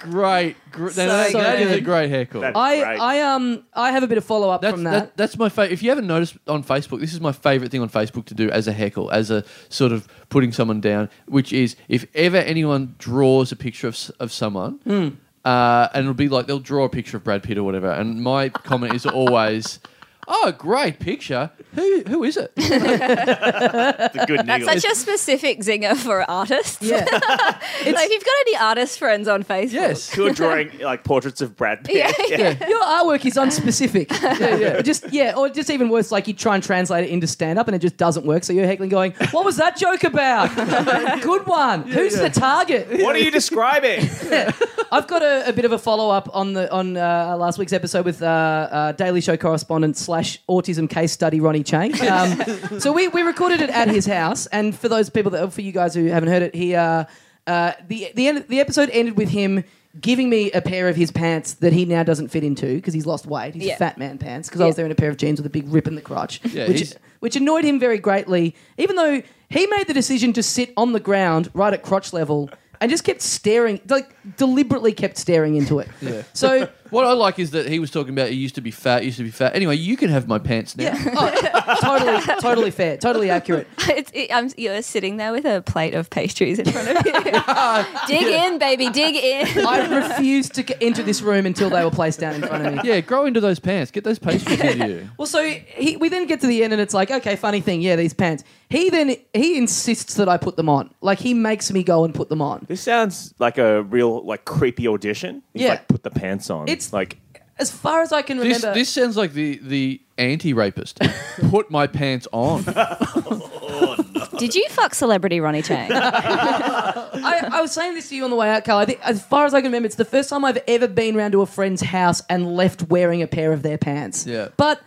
[SPEAKER 2] great, gr- that-
[SPEAKER 1] So
[SPEAKER 2] that is a
[SPEAKER 1] good.
[SPEAKER 2] great heckle.
[SPEAKER 4] That-
[SPEAKER 1] I,
[SPEAKER 4] Right.
[SPEAKER 1] I um I have a bit of follow up
[SPEAKER 2] That's,
[SPEAKER 1] from
[SPEAKER 2] that-
[SPEAKER 1] that.
[SPEAKER 2] that's my favorite. If you haven't noticed on Facebook, this is my favorite thing on Facebook to do as a heckle, as a sort of putting someone down, which is if ever anyone draws a picture of, s- of someone,
[SPEAKER 1] Hmm.
[SPEAKER 2] uh, and it'll be like they'll draw a picture of Brad Pitt or whatever. And my comment is always, "Oh, great picture. Who who is it?"
[SPEAKER 4] It's a good
[SPEAKER 3] That's
[SPEAKER 4] niggle.
[SPEAKER 3] such a specific zinger for artists.
[SPEAKER 1] Yeah.
[SPEAKER 3] like, if you've got any artist friends on Facebook,
[SPEAKER 2] yes.
[SPEAKER 4] You're drawing like portraits of Brad Pitt.
[SPEAKER 3] Yeah,
[SPEAKER 1] Yeah. Your artwork is unspecific. yeah,
[SPEAKER 2] yeah.
[SPEAKER 1] Just yeah, or just even worse, like you try and translate it into stand up and it just doesn't work. So you're heckling, going, "What was that joke about? Good one. Who's the target?"
[SPEAKER 4] What are you describing?
[SPEAKER 1] I've got a, a bit of a follow up on the on uh, last week's episode with uh, uh, Daily Show correspondent slash autism case study Ronnie Chang. Um, so we, we recorded it at his house, and for those people that for you guys who haven't heard it, he uh, uh, the the end, the episode ended with him giving me a pair of his pants that he now doesn't fit into because he's lost weight. He's
[SPEAKER 3] Yeah.
[SPEAKER 1] fat man pants because I was
[SPEAKER 3] Yeah.
[SPEAKER 1] there in a pair of jeans with a big rip in the crotch,
[SPEAKER 2] Yeah,
[SPEAKER 1] which
[SPEAKER 2] he's-
[SPEAKER 1] which annoyed him very greatly. Even though he made the decision to sit on the ground right at crotch level and just kept staring, like deliberately kept staring into it.
[SPEAKER 2] Yeah.
[SPEAKER 1] So
[SPEAKER 2] What I like is that he was talking about he used to be fat, used to be fat. Anyway, you can have my pants now.
[SPEAKER 1] yeah, Oh, totally, totally fair, totally accurate.
[SPEAKER 3] it's, it, I'm, you're sitting there with a plate of pastries in front of you. dig in, baby, dig in.
[SPEAKER 1] I refused to c- enter this room until they were placed down in front of me.
[SPEAKER 2] Yeah, grow into those pants. Get those pastries into you.
[SPEAKER 1] Well, so he, we then get to the end, and it's like, okay, funny thing, yeah, these pants. He then he insists that I put them on. Like he makes me go and put them on.
[SPEAKER 4] This sounds like a real like creepy audition. He's
[SPEAKER 1] Yeah.
[SPEAKER 4] like put the pants on.
[SPEAKER 1] It's-
[SPEAKER 4] like
[SPEAKER 1] As far as I can
[SPEAKER 2] This
[SPEAKER 1] remember,
[SPEAKER 2] this sounds like the the anti-rapist. Put my pants on.
[SPEAKER 3] Did you fuck celebrity Ronnie Chang?
[SPEAKER 1] I, I was saying this to you on the way out, Carl. I think, as far as I can remember, it's the first time I've ever been round to a friend's house and left wearing a pair of their pants.
[SPEAKER 2] Yeah.
[SPEAKER 1] But,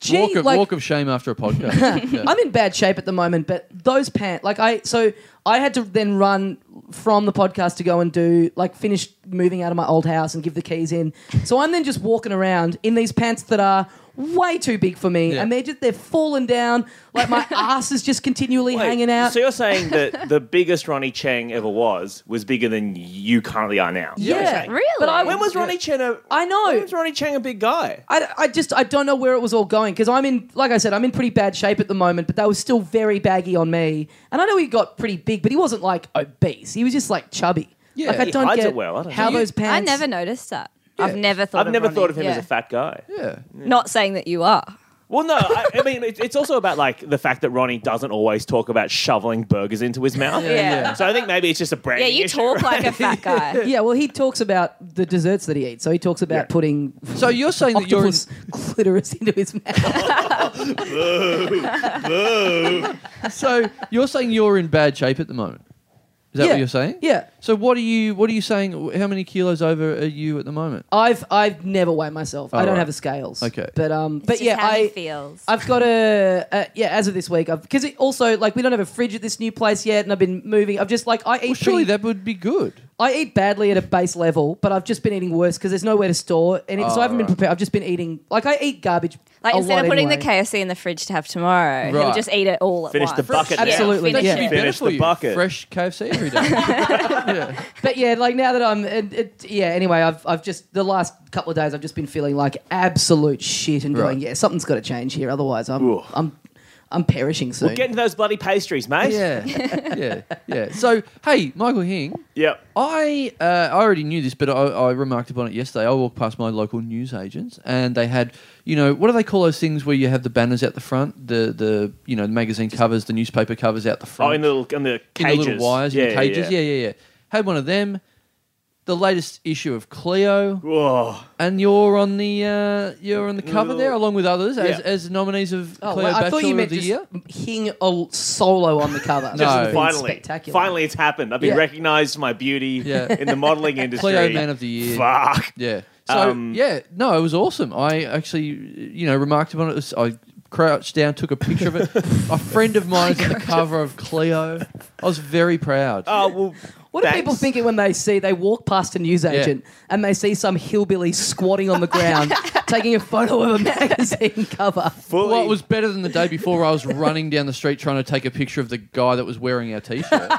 [SPEAKER 1] gee,
[SPEAKER 2] walk, of,
[SPEAKER 1] like,
[SPEAKER 2] walk of shame after a podcast. Yeah.
[SPEAKER 1] I'm in bad shape at the moment, but those pants, like I, so I had to then run from the podcast to go and do, like, finish moving out of my old house and give the keys in. So I'm then just walking around in these pants that are way too big for me,
[SPEAKER 2] Yeah.
[SPEAKER 1] and they're just they're falling down. Like my ass is just continually
[SPEAKER 4] Wait,
[SPEAKER 1] hanging out.
[SPEAKER 4] So you're saying that the biggest Ronnie Chang ever was was bigger than you currently are now.
[SPEAKER 1] yeah,
[SPEAKER 3] Really?
[SPEAKER 1] But I,
[SPEAKER 4] When was Ronnie Chang a
[SPEAKER 1] I know.
[SPEAKER 4] When was Ronnie Chang a big guy?
[SPEAKER 1] I, I just I don't know where it was all going because I'm in like I said I'm in pretty bad shape at the moment, but they were still very baggy on me. And I know he got pretty big, but he wasn't like obese. He was just like chubby.
[SPEAKER 2] Yeah.
[SPEAKER 1] like I
[SPEAKER 2] He
[SPEAKER 1] don't
[SPEAKER 4] hides
[SPEAKER 1] get
[SPEAKER 4] it well, I don't
[SPEAKER 1] how
[SPEAKER 4] know.
[SPEAKER 1] those pants.
[SPEAKER 3] I never noticed that. I've never thought.
[SPEAKER 4] I've
[SPEAKER 3] of
[SPEAKER 4] never
[SPEAKER 3] Ronnie.
[SPEAKER 4] thought of him as
[SPEAKER 3] Yeah.
[SPEAKER 4] a fat guy.
[SPEAKER 2] yeah.
[SPEAKER 3] Not saying that you are.
[SPEAKER 4] Well, no, I, I mean it, it's also about like the fact that Ronnie doesn't always talk about shoveling burgers into his mouth.
[SPEAKER 3] Yeah. Yeah.
[SPEAKER 4] So I think maybe it's just a brand.
[SPEAKER 3] Yeah, you talk like a fat guy.
[SPEAKER 1] Yeah, well, he talks about the desserts that he eats. So he talks about putting
[SPEAKER 2] So you're saying that you're in,
[SPEAKER 1] octopus clitoris into his mouth.
[SPEAKER 2] so you're saying you're in bad shape at the moment. Is that
[SPEAKER 1] Yeah.
[SPEAKER 2] what you're saying?
[SPEAKER 1] yeah,
[SPEAKER 2] So what are you what are you saying? How many kilos over are you at the moment?
[SPEAKER 1] I've I've never weighed myself. I don't
[SPEAKER 2] right.
[SPEAKER 1] have a scales.
[SPEAKER 2] Okay.
[SPEAKER 1] but um, but
[SPEAKER 3] It's just
[SPEAKER 1] yeah,
[SPEAKER 3] how
[SPEAKER 1] I
[SPEAKER 3] he feels.
[SPEAKER 1] I've got a, a yeah. As of this week, I've because also like we don't have a fridge at this new place yet, and I've been moving. I've just like I eat
[SPEAKER 2] Well, surely
[SPEAKER 1] pretty-
[SPEAKER 2] that would be good.
[SPEAKER 1] I eat badly at a base level, but I've just been eating worse because there's nowhere to store, and it, so I haven't been prepared. I've just been eating like I eat garbage.
[SPEAKER 3] Like
[SPEAKER 1] a
[SPEAKER 3] instead
[SPEAKER 1] lot
[SPEAKER 3] of putting the
[SPEAKER 1] anyway.
[SPEAKER 3] KFC in the fridge to have tomorrow, he'll
[SPEAKER 2] Right.
[SPEAKER 3] just eat it all at
[SPEAKER 4] Finish
[SPEAKER 3] once.
[SPEAKER 4] the bucket now.
[SPEAKER 1] Absolutely,
[SPEAKER 2] That
[SPEAKER 1] yeah.
[SPEAKER 2] should be better
[SPEAKER 4] Finish
[SPEAKER 2] for
[SPEAKER 4] the
[SPEAKER 2] you.
[SPEAKER 4] bucket.
[SPEAKER 2] Fresh KFC every day. yeah.
[SPEAKER 1] But yeah, like now that I'm, it, it, yeah. Anyway, I've I've just the last couple of days I've just been feeling like absolute shit and going,
[SPEAKER 2] Right.
[SPEAKER 1] yeah, something's got to change here, otherwise I'm
[SPEAKER 4] Ooh.
[SPEAKER 1] I'm I'm perishing soon.
[SPEAKER 4] Well, get into those bloody pastries, mate.
[SPEAKER 2] Yeah. Yeah. Yeah. So hey, Michael Hing.
[SPEAKER 4] Yep.
[SPEAKER 2] I uh, I already knew this, but I, I remarked upon it yesterday. I walked past my local newsagents, and they had, you know, what do they call those things where you have the banners out the front, the the you know the magazine covers, the newspaper covers out the front,
[SPEAKER 4] Oh, in the little in the
[SPEAKER 2] in
[SPEAKER 4] cages.
[SPEAKER 2] the little wires, in the cages. Yeah, yeah, yeah, Had one of them. The latest issue of Clio,
[SPEAKER 4] Whoa.
[SPEAKER 2] and you're on the uh, you're on the cover there, along with others as,
[SPEAKER 4] Yeah.
[SPEAKER 2] as nominees of
[SPEAKER 1] Oh,
[SPEAKER 2] Clio
[SPEAKER 1] well, I
[SPEAKER 2] Bachelor
[SPEAKER 1] thought you meant
[SPEAKER 2] of the
[SPEAKER 1] just
[SPEAKER 2] Year.
[SPEAKER 1] Hing a solo on the cover. That
[SPEAKER 2] Just
[SPEAKER 1] would've been
[SPEAKER 4] Finally,
[SPEAKER 1] spectacular.
[SPEAKER 4] finally, it's happened. I've been
[SPEAKER 1] Yeah.
[SPEAKER 4] recognised for my beauty
[SPEAKER 2] Yeah.
[SPEAKER 4] in the modeling industry.
[SPEAKER 2] Clio Man of the Year.
[SPEAKER 4] Fuck.
[SPEAKER 2] Yeah. So
[SPEAKER 4] Um,
[SPEAKER 2] yeah, no, it was awesome. I actually, you know, remarked upon it. I crouched down, took a picture of it. a friend of mine is on the cover of Clio. I was very proud.
[SPEAKER 4] Oh well.
[SPEAKER 1] What do people
[SPEAKER 4] thanks.
[SPEAKER 1] thinking when they see they walk past a newsagent and they see some hillbilly squatting on the ground taking a photo of a magazine cover?
[SPEAKER 4] Fully-
[SPEAKER 2] Well, it was better than the day before. I was running down the street trying to take a picture of the guy that was wearing our t-shirt.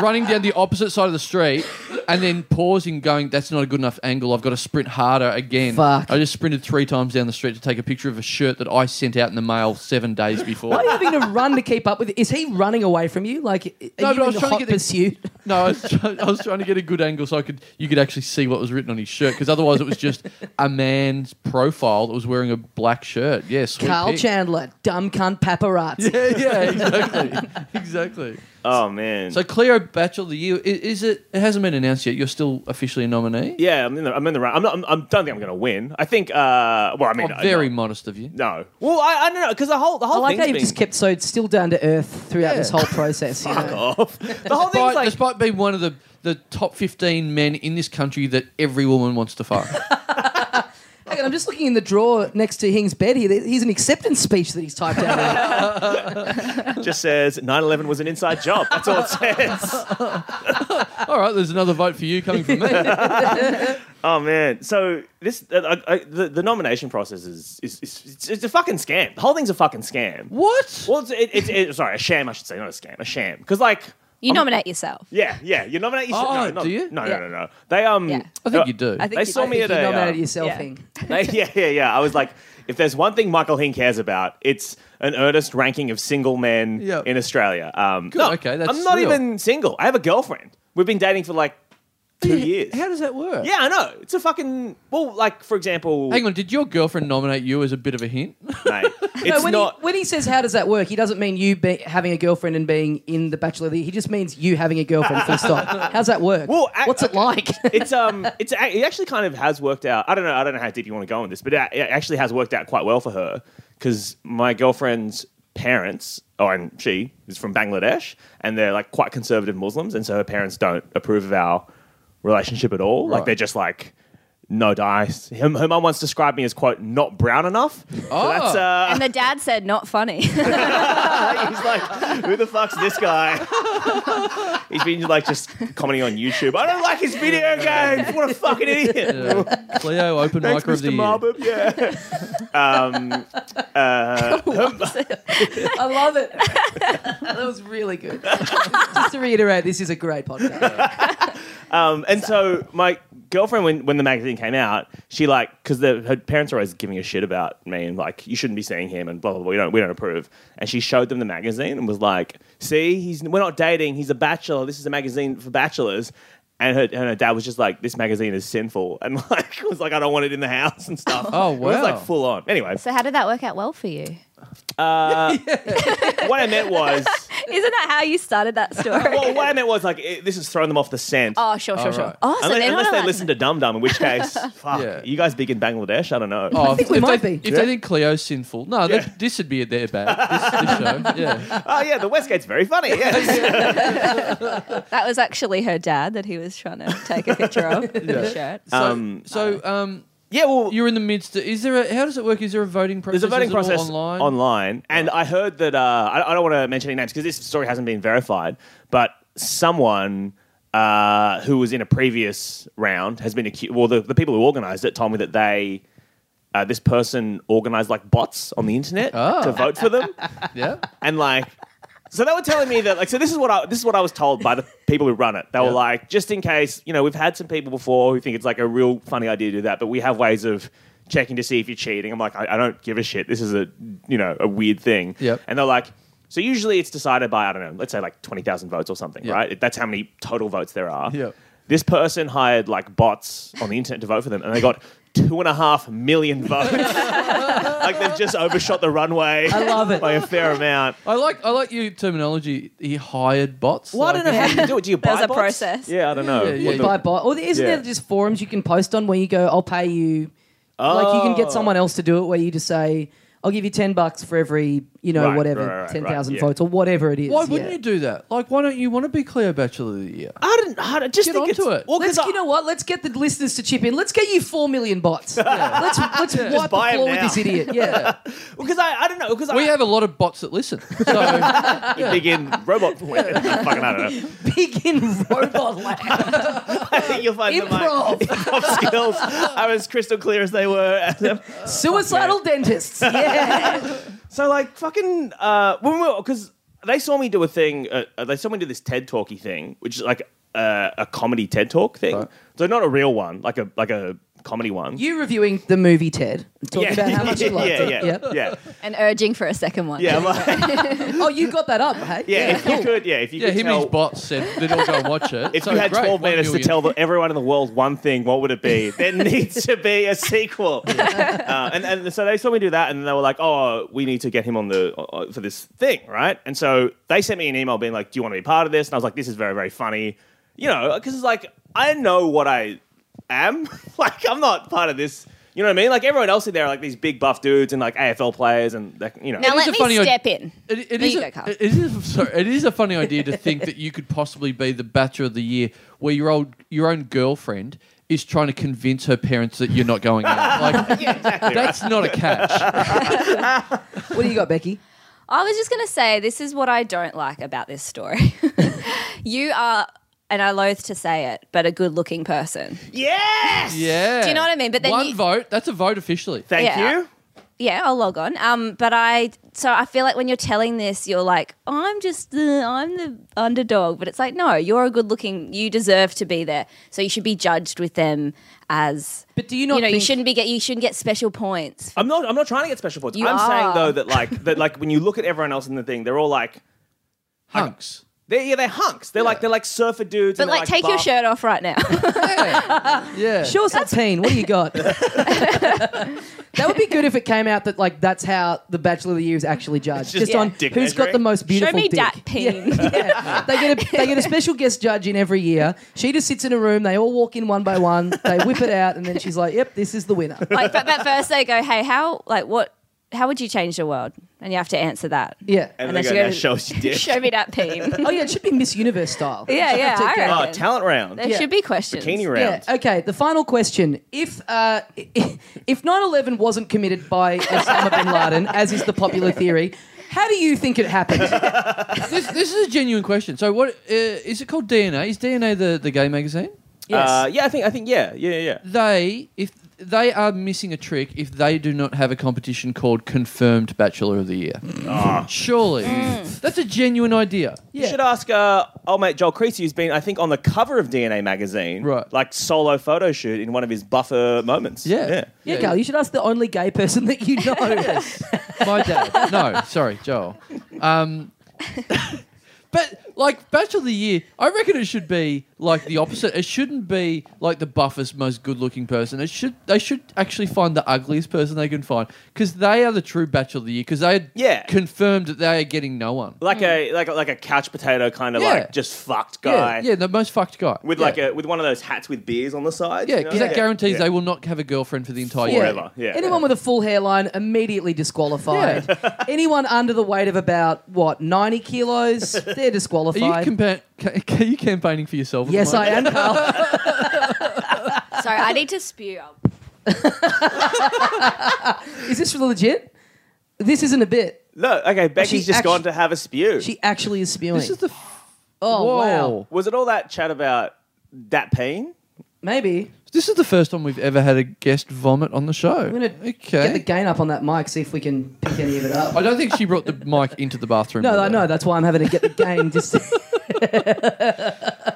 [SPEAKER 2] running down the opposite side of the street and then pausing, going, "That's not a good enough angle. I've got to sprint harder again."
[SPEAKER 1] Fuck.
[SPEAKER 2] I just sprinted three times down the street to take a picture of a shirt that I sent out in the mail seven days before.
[SPEAKER 1] Why are you having to run to keep up with? Is he running away from you? Like, are
[SPEAKER 2] No,
[SPEAKER 1] you
[SPEAKER 2] but I
[SPEAKER 1] in
[SPEAKER 2] was trying to
[SPEAKER 1] hot
[SPEAKER 2] get the-
[SPEAKER 1] pursuit?
[SPEAKER 2] No, I was, try- I was trying to get a good angle so I could you could actually see what was written on his shirt because otherwise it was just a man's profile that was wearing a black shirt. Yeah, sweet
[SPEAKER 1] Carl
[SPEAKER 2] pick.
[SPEAKER 1] Chandler, dumb cunt paparazzi.
[SPEAKER 2] Yeah, yeah, exactly, exactly.
[SPEAKER 4] Oh man.
[SPEAKER 2] So Cleo Bachelor of the Year i- is it? It hasn't been announced yet. You're still officially a nominee.
[SPEAKER 4] yeah, I'm in the I'm in the round. I'm not. I'm, I'm don't think I'm going to win. I think. Uh, well, I mean,
[SPEAKER 2] Oh,
[SPEAKER 4] I-
[SPEAKER 2] very
[SPEAKER 4] no.
[SPEAKER 2] modest of you.
[SPEAKER 4] No. Well, I, I don't know because the whole the
[SPEAKER 1] I
[SPEAKER 4] whole
[SPEAKER 1] like
[SPEAKER 4] thing's
[SPEAKER 1] how you've
[SPEAKER 4] been
[SPEAKER 1] just kept so still down to earth throughout
[SPEAKER 2] Yeah.
[SPEAKER 1] this whole process. you know?
[SPEAKER 4] off. The whole thing's
[SPEAKER 2] Despite,
[SPEAKER 4] like
[SPEAKER 2] despite being one of the, the top 15 men in this country that every woman wants to fuck.
[SPEAKER 1] Hang on, I'm just looking in the drawer next to Hing's bed here. There- Here's an acceptance speech that he's typed out. there.
[SPEAKER 4] just says 9/11 was an inside job. That's all it says.
[SPEAKER 2] All right, there's another vote for you coming from me.
[SPEAKER 4] oh man. So this uh, I, I, the, the nomination process is is, is it's, it's a fucking scam. The whole thing's a fucking scam.
[SPEAKER 2] what?
[SPEAKER 4] Well, it's, it, it's it, sorry, a sham. I should say, not a scam, a sham. Because like,
[SPEAKER 3] You nominate yourself.
[SPEAKER 4] yeah, yeah, you nominate yourself.
[SPEAKER 2] Oh,
[SPEAKER 4] no, no,
[SPEAKER 2] do you?
[SPEAKER 4] No,
[SPEAKER 3] Yeah.
[SPEAKER 4] no, no, no. They um,
[SPEAKER 3] Yeah.
[SPEAKER 2] I think you do.
[SPEAKER 3] I think
[SPEAKER 4] They
[SPEAKER 3] you
[SPEAKER 4] saw
[SPEAKER 3] do.
[SPEAKER 4] me
[SPEAKER 1] you
[SPEAKER 4] at a.
[SPEAKER 1] nominated
[SPEAKER 4] uh,
[SPEAKER 1] yourself,
[SPEAKER 3] yeah.
[SPEAKER 1] Hing.
[SPEAKER 4] They- yeah, yeah, yeah. I was like, if there's one thing Michael Hing cares about, it's an earnest ranking of single men
[SPEAKER 2] Yep.
[SPEAKER 4] in Australia. Um,
[SPEAKER 2] Good,
[SPEAKER 4] no,
[SPEAKER 2] okay, that's
[SPEAKER 4] I'm not
[SPEAKER 2] real.
[SPEAKER 4] even single. I have a girlfriend. We've been dating for like two years.
[SPEAKER 2] How does that work?
[SPEAKER 4] yeah, I know. It's a fucking well, like for example,
[SPEAKER 2] Hang on, did your girlfriend nominate you as a bit of a hint?
[SPEAKER 4] mate,
[SPEAKER 1] No,
[SPEAKER 4] it's
[SPEAKER 1] when,
[SPEAKER 4] not.
[SPEAKER 1] he, when he says how does that work, he doesn't mean you be, having a girlfriend and being in the Bachelor. He just means you having a girlfriend. Full stop. How's that work?
[SPEAKER 4] Well, ac-
[SPEAKER 1] What's it
[SPEAKER 4] okay.
[SPEAKER 1] like?
[SPEAKER 4] it's um, it's a- it actually kind of has worked out. I don't know. I don't know how deep you want to go on this, but it it actually has worked out quite well for her because my girlfriend's parents, oh, and she is from Bangladesh, and they're like quite conservative Muslims, and so her parents don't approve of our relationship at all.
[SPEAKER 2] Right.
[SPEAKER 4] Like they're just like. No dice. Her, her mum once described me as quote not brown enough.
[SPEAKER 2] Oh.
[SPEAKER 4] so that's uh,
[SPEAKER 3] And the dad said, not funny.
[SPEAKER 4] he's like, who the fuck's this guy? he's been like just commenting on YouTube. I don't like his video games. What a fucking idiot.
[SPEAKER 2] Cleo, open
[SPEAKER 4] Thanks,
[SPEAKER 2] micro of the
[SPEAKER 4] Mr.
[SPEAKER 2] year.
[SPEAKER 4] Marbub. Yeah. um,
[SPEAKER 1] I love it. that was really good. just to reiterate, this is a great podcast.
[SPEAKER 4] um, and so my girlfriend, when, when the magazine came out, she like because her parents are always giving a shit about me and like you shouldn't be seeing him and blah blah blah. We don't we don't approve. And she showed them the magazine and was like, "See, he's we're not dating. He's a bachelor. This is a magazine for bachelors." And her, and her dad was just like, "This magazine is sinful," and like was like, "I don't want it in the house and stuff."
[SPEAKER 2] Oh,
[SPEAKER 4] It was
[SPEAKER 2] wow.
[SPEAKER 4] like full on. Anyway,
[SPEAKER 3] so how did that work out well for you? Isn't
[SPEAKER 4] what I meant was,
[SPEAKER 3] that how you started that story?
[SPEAKER 4] well, what I meant was like, it, this is throwing them off the scent.
[SPEAKER 3] oh, sure, sure,
[SPEAKER 2] All
[SPEAKER 3] sure.
[SPEAKER 2] right.
[SPEAKER 3] Oh, so
[SPEAKER 4] unless
[SPEAKER 3] they're
[SPEAKER 4] unless
[SPEAKER 3] not
[SPEAKER 4] they
[SPEAKER 3] allowed
[SPEAKER 4] listen to Dum Dum, in which case, fuck,
[SPEAKER 2] Yeah.
[SPEAKER 4] you guys big in Bangladesh? I don't know.
[SPEAKER 2] Oh,
[SPEAKER 1] think
[SPEAKER 2] if-
[SPEAKER 1] we
[SPEAKER 2] if
[SPEAKER 1] might
[SPEAKER 2] they,
[SPEAKER 1] be.
[SPEAKER 2] If they think Cleo's sinful, no,
[SPEAKER 4] Yeah.
[SPEAKER 2] that this would be their bad. This, this show, yeah.
[SPEAKER 4] Oh, yeah, the Westgate's very funny. Yes.
[SPEAKER 3] That was actually her dad that he was trying to take a picture of in the shirt.
[SPEAKER 2] So,
[SPEAKER 4] Um,
[SPEAKER 2] so um,
[SPEAKER 4] yeah, well,
[SPEAKER 2] you're in the midst. Of, is there a? How does it work? Is there a voting process?
[SPEAKER 4] there's a voting
[SPEAKER 2] Is it all
[SPEAKER 4] process
[SPEAKER 2] online.
[SPEAKER 4] and I heard that, uh, I, I don't want to mention any names because this story hasn't been verified, but someone uh, who was in a previous round has been accused, well, the, the people who organized it told me that they. Uh, this person organized like bots on the internet
[SPEAKER 2] Oh.
[SPEAKER 4] to vote for them,
[SPEAKER 2] Yeah.
[SPEAKER 4] and like so they were telling me that like so this is what I this is what I was told by the people who run it. They
[SPEAKER 2] Yeah.
[SPEAKER 4] were like, just in case, you know, we've had some people before who think it's like a real funny idea to do that, but we have ways of checking to see if you're cheating. I'm like, I, I don't give a shit. This is a you know, a weird thing.
[SPEAKER 2] Yep.
[SPEAKER 4] And they're like so usually it's decided by, I don't know, let's say like 20,000 votes or something,
[SPEAKER 2] Yep.
[SPEAKER 4] right? That's how many total votes there are.
[SPEAKER 2] Yep.
[SPEAKER 4] This person hired like bots on the internet to vote for them and they got two and a half million votes. like they've just overshot the runway
[SPEAKER 1] I love it.
[SPEAKER 4] by a fair amount.
[SPEAKER 2] I like I like your terminology. He hired bots.
[SPEAKER 4] Well, I
[SPEAKER 2] Like,
[SPEAKER 4] don't know how you do it. Do you buy
[SPEAKER 3] There's a
[SPEAKER 4] bots?
[SPEAKER 3] process.
[SPEAKER 4] Yeah, I don't know.
[SPEAKER 2] Yeah, yeah,
[SPEAKER 4] What the-
[SPEAKER 1] Buy bot. Or isn't
[SPEAKER 4] Yeah.
[SPEAKER 1] there just forums you can post on where you go, I'll pay you. Like you can
[SPEAKER 4] Oh.
[SPEAKER 1] get someone else to do it where you just say, I'll give you 10 bucks for every, you know,
[SPEAKER 4] Right,
[SPEAKER 1] whatever,
[SPEAKER 4] right, right, right,
[SPEAKER 1] 10,000
[SPEAKER 4] yeah.
[SPEAKER 1] votes or whatever it is.
[SPEAKER 2] Why wouldn't
[SPEAKER 1] yeah.
[SPEAKER 2] you do that? Like, why don't you want to be Cleo Bachelor of the Year?
[SPEAKER 4] I don't. I don't- just
[SPEAKER 2] Get
[SPEAKER 4] think
[SPEAKER 2] onto
[SPEAKER 4] it's,
[SPEAKER 2] it.
[SPEAKER 4] Well, 'cause
[SPEAKER 1] Let's,
[SPEAKER 4] I-
[SPEAKER 1] you know what? Let's get the listeners to chip in. Let's get you four million bots. Let's let's wipe the
[SPEAKER 4] buy 'em
[SPEAKER 1] floor with
[SPEAKER 4] now.
[SPEAKER 1] this idiot. Yeah,
[SPEAKER 4] well, 'cause I, I don't know. Because I
[SPEAKER 2] We have a lot of bots that listen. So
[SPEAKER 4] you dig in robot. Wait, fucking, I don't know.
[SPEAKER 1] big in robot land.
[SPEAKER 4] I think you'll find
[SPEAKER 1] Improv,
[SPEAKER 4] that my improv skills are as crystal clear as they were.
[SPEAKER 1] suicidal dentists. Yeah,
[SPEAKER 4] so, like, fucking uh, when we because they saw me do a thing. Uh, uh, they saw me do this TED talky thing, which is like uh, a comedy TED talk thing.
[SPEAKER 2] Right.
[SPEAKER 4] So not a real one, like a like a comedy one.
[SPEAKER 1] You reviewing the movie Ted, talking about how much you liked
[SPEAKER 4] yeah,
[SPEAKER 1] it.
[SPEAKER 4] yeah,
[SPEAKER 1] Yep.
[SPEAKER 4] yeah,
[SPEAKER 5] And urging for a second one.
[SPEAKER 4] yeah. I'm like-
[SPEAKER 1] Oh, you got that up, hey?
[SPEAKER 4] yeah, if you could, yeah, if you
[SPEAKER 2] Yeah,
[SPEAKER 4] could
[SPEAKER 2] him
[SPEAKER 4] tell,
[SPEAKER 2] and his bots said they'd all go watch it.
[SPEAKER 4] If
[SPEAKER 2] So
[SPEAKER 4] you had
[SPEAKER 2] great,
[SPEAKER 4] 12
[SPEAKER 2] one
[SPEAKER 4] minutes to
[SPEAKER 2] million.
[SPEAKER 4] tell the, everyone in the world one thing, what would it be? There needs to be a sequel. Uh, and, and so they saw me do that, and they were like, "Oh, we need to get him on the uh, for this thing, right?" And so they sent me an email being like, "Do you want to be part of this?" And I was like, "This is very, very funny," you know, because it's like I know what I am. like I'm not part of this. You know what I mean? Like everyone else in there are like these big buff dudes and like AFL players and like you know.
[SPEAKER 3] Now
[SPEAKER 2] It is
[SPEAKER 3] let
[SPEAKER 2] a
[SPEAKER 3] me
[SPEAKER 2] funny idea.
[SPEAKER 3] step in.
[SPEAKER 2] It, it
[SPEAKER 3] There
[SPEAKER 2] is
[SPEAKER 3] you
[SPEAKER 2] a,
[SPEAKER 3] go, Carl.
[SPEAKER 2] It is sorry, it is a funny idea to think that you could possibly be the Bachelor of the Year, where your old your own girlfriend is trying to convince her parents that you're not going out. Like that's not a catch.
[SPEAKER 1] What do you got, Becky?
[SPEAKER 3] I was just going to say this is what I don't like about this story. you are, and I loathe to say it, but a good looking person.
[SPEAKER 4] yes.
[SPEAKER 2] Yeah.
[SPEAKER 3] Do you know what I mean? But then
[SPEAKER 2] one
[SPEAKER 3] you-
[SPEAKER 2] vote. That's a vote officially.
[SPEAKER 4] Thank
[SPEAKER 3] Yeah.
[SPEAKER 4] you.
[SPEAKER 3] Yeah, I'll log on. Um, but I, so I feel like when you're telling this, you're like, I'm just the, I'm the underdog. But it's like, no, you're a good looking, you deserve to be there. So you should be judged with them as,
[SPEAKER 1] But do you not
[SPEAKER 3] you know, you
[SPEAKER 1] think-
[SPEAKER 3] shouldn't be get, you shouldn't get special points.
[SPEAKER 4] I'm not. I'm not trying to get special points.
[SPEAKER 3] You
[SPEAKER 4] I'm saying
[SPEAKER 3] are.
[SPEAKER 4] though that like that like when you look at everyone else in the thing, they're all like
[SPEAKER 2] Hunks.
[SPEAKER 4] they're yeah they're hunks. They're like they're like surfer dudes.
[SPEAKER 3] But
[SPEAKER 4] and they're,
[SPEAKER 3] like, take your
[SPEAKER 4] buff.
[SPEAKER 3] shirt off right now.
[SPEAKER 2] Yeah. yeah.
[SPEAKER 1] Sure, 16. What do you got? that would be good if it came out that like that's how the Bachelor of the Year is actually judged.
[SPEAKER 4] just
[SPEAKER 1] Just, on
[SPEAKER 4] dick
[SPEAKER 1] who's got
[SPEAKER 4] measuring.
[SPEAKER 1] the most beautiful
[SPEAKER 3] me
[SPEAKER 1] dick.
[SPEAKER 3] dat peen.
[SPEAKER 1] Yeah, yeah. They get a they get a special guest judge in every year. She just sits in a room, they all walk in one by one, they whip it out, and then she's like, Yep, this is the winner.
[SPEAKER 3] like, but, but first they go, hey, how, like, what, how would you change the world? And you have to answer that.
[SPEAKER 1] Yeah.
[SPEAKER 4] And,
[SPEAKER 3] And then
[SPEAKER 4] they go,
[SPEAKER 3] she
[SPEAKER 4] now
[SPEAKER 3] goes-
[SPEAKER 4] show us your dick.
[SPEAKER 3] Show me that peen.
[SPEAKER 1] Oh yeah, it should be Miss Universe style.
[SPEAKER 3] Yeah, yeah, I reckon.
[SPEAKER 4] Oh, talent round,
[SPEAKER 3] There
[SPEAKER 1] Yeah.
[SPEAKER 3] should be questions.
[SPEAKER 4] bikini round.
[SPEAKER 3] Oh,
[SPEAKER 1] Yeah. Okay. The final question: If uh, if 9/11 wasn't committed by Osama bin Laden, as is the popular theory, how do you think it happened?
[SPEAKER 2] This, this is a genuine question. So what uh, is it called? DNA is DNA the, the gay magazine?
[SPEAKER 1] Yes.
[SPEAKER 4] Uh, yeah, I think I think yeah yeah yeah. yeah.
[SPEAKER 2] They if they are missing a trick if they do not have a competition called confirmed Bachelor of the Year.
[SPEAKER 3] Ah.
[SPEAKER 2] Surely
[SPEAKER 3] Mm.
[SPEAKER 2] that's a genuine idea.
[SPEAKER 4] You should ask uh, old mate Joel Creasy, who's been I think on the cover of DNA magazine,
[SPEAKER 2] Right.
[SPEAKER 4] Like solo photo shoot in one of his buffer moments.
[SPEAKER 2] Yeah.
[SPEAKER 4] yeah.
[SPEAKER 1] yeah, Carl, you should ask the only gay person that you know.
[SPEAKER 2] My dad. No, sorry, Joel. Um, but like Bachelor of the Year, I reckon it should be like the opposite. It shouldn't be like the buffest, most good-looking person. It should they should actually find the ugliest person they can find because they are the true Bachelor of the Year because they had
[SPEAKER 4] Yeah.
[SPEAKER 2] confirmed that they are getting no one.
[SPEAKER 4] Like
[SPEAKER 3] Hmm.
[SPEAKER 4] a like a, like a couch potato kind of
[SPEAKER 2] Yeah.
[SPEAKER 4] like just fucked guy.
[SPEAKER 2] Yeah, yeah, the most fucked guy
[SPEAKER 4] With
[SPEAKER 2] yeah.
[SPEAKER 4] like a with one of those hats with beers on the side.
[SPEAKER 2] yeah,
[SPEAKER 4] you know?
[SPEAKER 2] because that guarantees
[SPEAKER 4] Yeah.
[SPEAKER 2] they will not have a girlfriend for the entire year.
[SPEAKER 4] Forever. Yeah.
[SPEAKER 1] Anyone with a full hairline immediately disqualified. Anyone under the weight of about what 90 kilos, they're
[SPEAKER 2] Are you,
[SPEAKER 1] disqualified.
[SPEAKER 2] compa- ca- are you campaigning for yourself? at the
[SPEAKER 1] yes, I am.
[SPEAKER 2] moment?
[SPEAKER 1] Carl.
[SPEAKER 3] Sorry, I need to spew.
[SPEAKER 1] Is this legit? This isn't a bit.
[SPEAKER 4] No, okay. Becky's just
[SPEAKER 1] actu-
[SPEAKER 4] gone to have a spew.
[SPEAKER 1] She actually is spewing.
[SPEAKER 2] This is the. F-
[SPEAKER 1] oh wow,
[SPEAKER 2] Whoa.
[SPEAKER 4] Was it all that chat about that pain?
[SPEAKER 1] maybe.
[SPEAKER 2] This is the first time we've ever had a guest vomit on the show.
[SPEAKER 1] I'm gonna get the gain up on that mic, see if we can pick any of it up.
[SPEAKER 2] I don't think she brought the mic into the bathroom.
[SPEAKER 1] No,
[SPEAKER 2] with
[SPEAKER 1] I
[SPEAKER 2] her.
[SPEAKER 1] know. That's why I'm having to get the gain. Just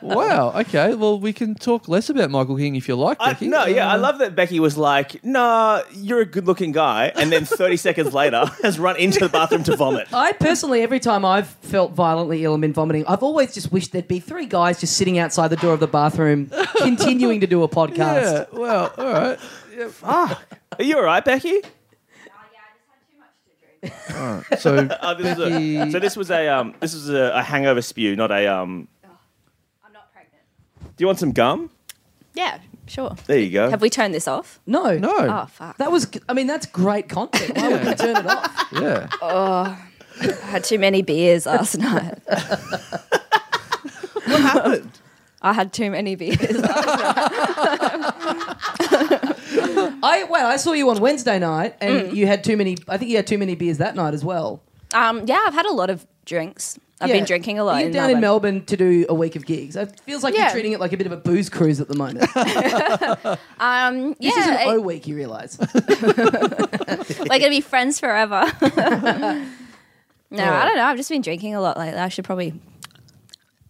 [SPEAKER 2] Wow. Okay. Well, we can talk less about Michael King if you like,
[SPEAKER 4] I,
[SPEAKER 2] Becky.
[SPEAKER 4] no, yeah, I
[SPEAKER 2] Uh,
[SPEAKER 4] love that Becky was like, "Nah, you're a good-looking guy," and then 30 seconds later has run into the bathroom to vomit.
[SPEAKER 1] I personally, every time I've felt violently ill and been vomiting, I've always just wished there'd be three guys just sitting outside the door of the bathroom, continuing to do a podcast.
[SPEAKER 2] Yeah. Well. All right. Yeah.
[SPEAKER 4] Are you all right, Becky?
[SPEAKER 2] So
[SPEAKER 4] Uh, this is a-
[SPEAKER 2] Becky-
[SPEAKER 4] so this was a um, this was a, a hangover spew, not a um.
[SPEAKER 3] I'm not pregnant.
[SPEAKER 4] Do you want some gum?
[SPEAKER 3] Yeah, sure.
[SPEAKER 4] There you go.
[SPEAKER 3] Have we turned this off?
[SPEAKER 1] No,
[SPEAKER 2] no.
[SPEAKER 3] Oh fuck!
[SPEAKER 1] that was. I mean, that's great content. Why would you turn it off?
[SPEAKER 2] Yeah.
[SPEAKER 3] I had too many beers last night. what happened? I had too many beers.
[SPEAKER 1] I wait. I saw you on Wednesday night,
[SPEAKER 3] Mm.
[SPEAKER 1] and you had too many. I think you had too many beers that night as well.
[SPEAKER 3] um, yeah, I've had a lot of drinks. I've
[SPEAKER 1] Yeah.
[SPEAKER 3] been drinking a lot.
[SPEAKER 1] You're
[SPEAKER 3] in
[SPEAKER 1] down in Melbourne to do a week of gigs. It feels like you're
[SPEAKER 3] Yeah.
[SPEAKER 1] treating it like a bit of a booze cruise at the moment.
[SPEAKER 3] Um, yeah,
[SPEAKER 1] this is an
[SPEAKER 3] I-
[SPEAKER 1] O week, you realise.
[SPEAKER 3] we're gonna be friends forever.
[SPEAKER 4] Oh.
[SPEAKER 3] no, I don't know. I've just been drinking a lot lately. I should probably